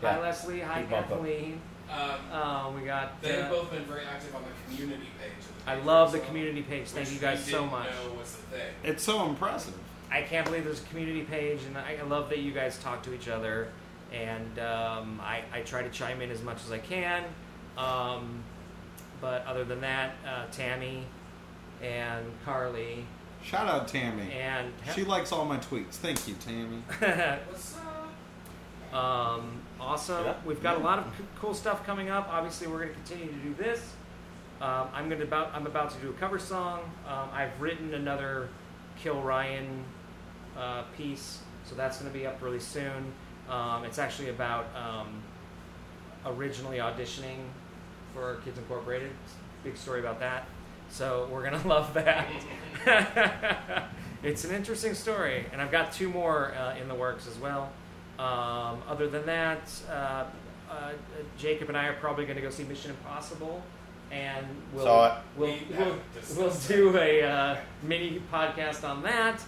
B: Yeah.
A: Hi Leslie, hi
B: Big bump up.
A: Kathleen.
E: Um,
A: Um, we got.
E: They've
A: uh,
E: both been very active on the community page. of
A: I
E: paper
A: love
E: as
A: the
E: well,
A: community page. Thank
E: which
A: you guys
E: we
A: so
E: didn't
A: much.
E: Know was the thing.
D: It's so impressive.
A: I can't believe there's a community page, and I, I love that you guys talk to each other. And um, I, I try to chime in as much as I can. Um, but other than that, uh, Tammy and Carly
D: Shout out Tammy.
A: and
D: She likes all my tweets. Thank you, Tammy.
E: What's up?
A: um, awesome.
B: Yeah.
A: We've got a lot of c- cool stuff coming up. Obviously, we're going to continue to do this. Um, I'm going to about I'm about to do a cover song. Um, I've written another Kill Ryan uh, piece, so that's going to be up really soon. Um, it's actually about um, originally auditioning for Kids Incorporated. Big story about that. So we're gonna love that. it's an interesting story, and I've got two more uh, in the works as well. Um, other than that, uh, uh, Jacob and I are probably gonna go see Mission Impossible and we'll
B: Saw it.
A: we'll
E: We
A: we'll,
E: have
A: we'll do a uh, mini podcast on that.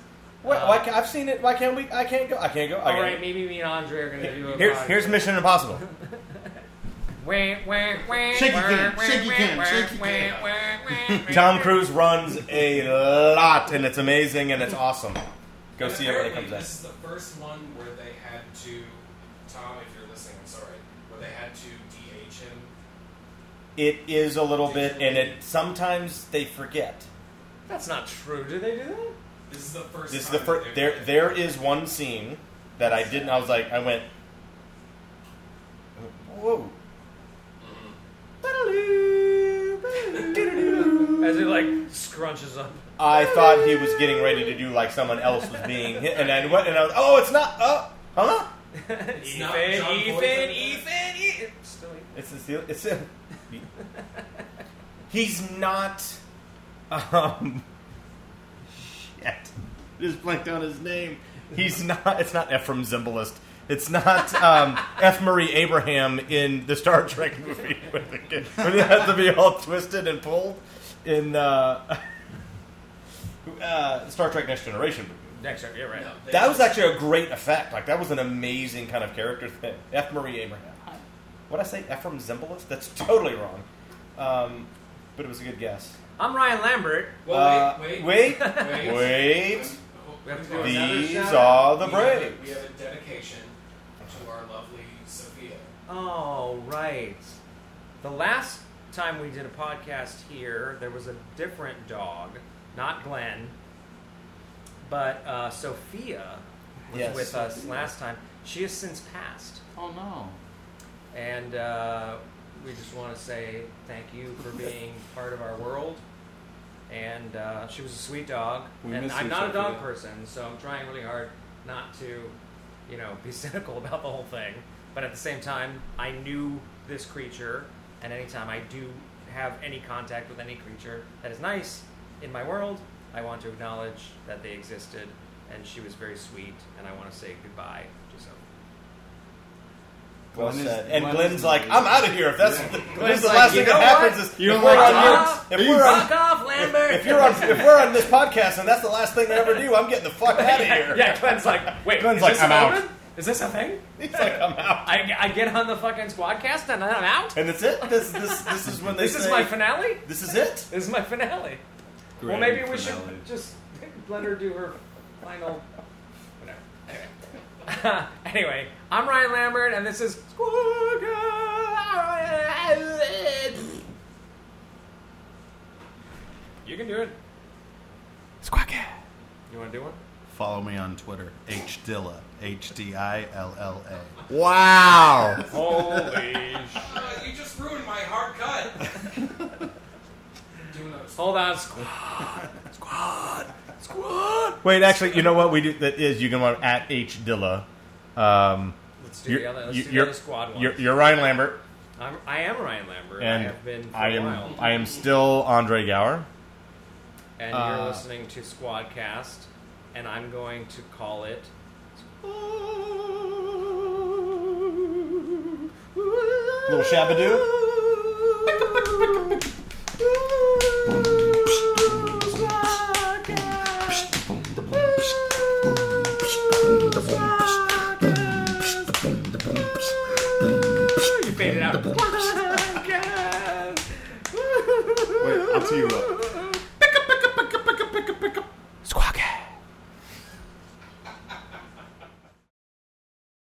B: What?
A: Uh,
B: why ca- I've seen it. Why can't we? I can't go. I can't go. I
A: All
B: can't.
A: right, maybe me and Andre are gonna do a
M: Here's,
A: podcast.
M: here's Mission Impossible.
A: Wah, wah, wah,
D: Shaky
A: wah,
D: cam,
A: wah,
D: shaky
A: wah,
D: cam,
A: wah,
D: shaky
A: wah,
D: cam.
A: wah, wah, wah.
M: Tom Cruise runs a lot, and it's amazing and it's awesome.
B: Go
E: And
B: see it when it
E: apparently
B: comes out.
E: This is the first one where they had to, Tom, if you're listening, I'm sorry, where they had to DH him.
B: It is a little bit, and it sometimes they forget.
A: That's not true. Do they do that?
E: This is the first.
B: This is
E: time
B: the first.
E: they've
B: There,
E: done it.
B: there is one scene that I didn't. I was like, I went, whoa.
A: As he like scrunches up.
B: I thought he was getting ready to do like someone else was being hit, and I went, and I was, oh, it's not. Oh, huh?
E: It's not John Boyd
A: Ethan,
E: anymore.
A: Ethan, Ethan. Still Ethan.
B: It's a, it's a, He's not. Um, shit. Just blanked on his name. He's not. It's not Ephraim Zimbalist. It's not um, F. Murray Abraham in the Star Trek movie where the kid- where they have to be all twisted and pulled in uh, uh, Star Trek Next Generation movie.
A: Next time, yeah, right.
E: No, they
B: That was
E: just-
B: actually a great effect. Like that was an amazing kind of character thing. F. Murray Abraham. What I say, Ephraim Zimbalist? That's totally wrong. Um, but it was a good guess.
A: I'm Ryan Lambert.
E: Well,
B: Uh,
E: wait,
B: wait,
E: wait, wait.
B: wait.
A: We have to do
E: These
A: another
B: These
A: shout
B: are the
E: We have a- We
B: breaks.
E: have a dedication to our lovely Sophia.
A: Oh, right. The last time we did a podcast here, there was a different dog, not Glenn, but uh, Sophia was
B: Yes.
A: with us last time. She has since passed.
D: Oh no.
A: And uh, we just want to say thank you for being part of our world. And uh, she was a sweet dog.
D: We
A: and
D: miss
A: I'm
D: you,
A: not a dog
D: Sophia.
A: person, so I'm trying really hard not to, you know, be cynical about the whole thing. But at the same time, I knew this creature, and anytime I do have any contact with any creature that is nice in my world, I want to acknowledge that they existed, and she was very sweet, and I want to say goodbye to Sophie.
B: Well
D: Glenn is-
B: said. And
D: Glenn
B: Glenn's
D: is
B: like,
D: the-
B: I'm out of here. If that's
D: Yeah.
B: if this
A: Glenn's
B: is the
A: like,
B: last
A: "You
B: thing that
A: know what?
B: happens. Is
D: You
B: if
D: don't
B: we're
D: like
B: on
D: dogs?
B: your, if we're on,
A: Fuck off, Lambert!
B: if you're on, if we're on this podcast and that's the last thing they ever do, I'm getting the fuck out of here.
A: Yeah, Glenn's like, wait,
B: Glenn's
A: is
B: like,
A: this a
B: "I'm out."
A: moment? Is this a thing?
B: He's like, I'm out.
A: I, I get on the fucking squadcast and then I'm out?
B: And that's it. This this this is when they
A: This
B: say
A: is my finale?
B: this is it.
A: This is my finale. well, maybe we should just let her do her final. Whatever. Anyway. anyway, I'm Ryan Lambert and this is Squadcast. You can do it.
D: Squawk.
A: You want to do one?
D: Follow me on Twitter, HDilla, H D I L L A.
M: Wow.
A: Holy
E: Uh, you just ruined my hard cut. Doing those.
A: Hold on, squad.
B: Wait, actually, you know what we do? That is, you can want at H Dilla. Um,
A: Let's do the
B: you're,
A: other, let's do the
B: you're,
A: other squad one.
B: you're, you're Ryan Lambert,
A: I'm, I am Ryan Lambert. I
B: and
A: have been for
B: I
A: a
B: am
A: while.
B: I am still Andre Gower.
A: and
B: uh,
A: you're listening to Squadcast, and I'm going to call it.
B: Little Shabadoo.
A: You faded out.
D: Wait, I'll tell you what.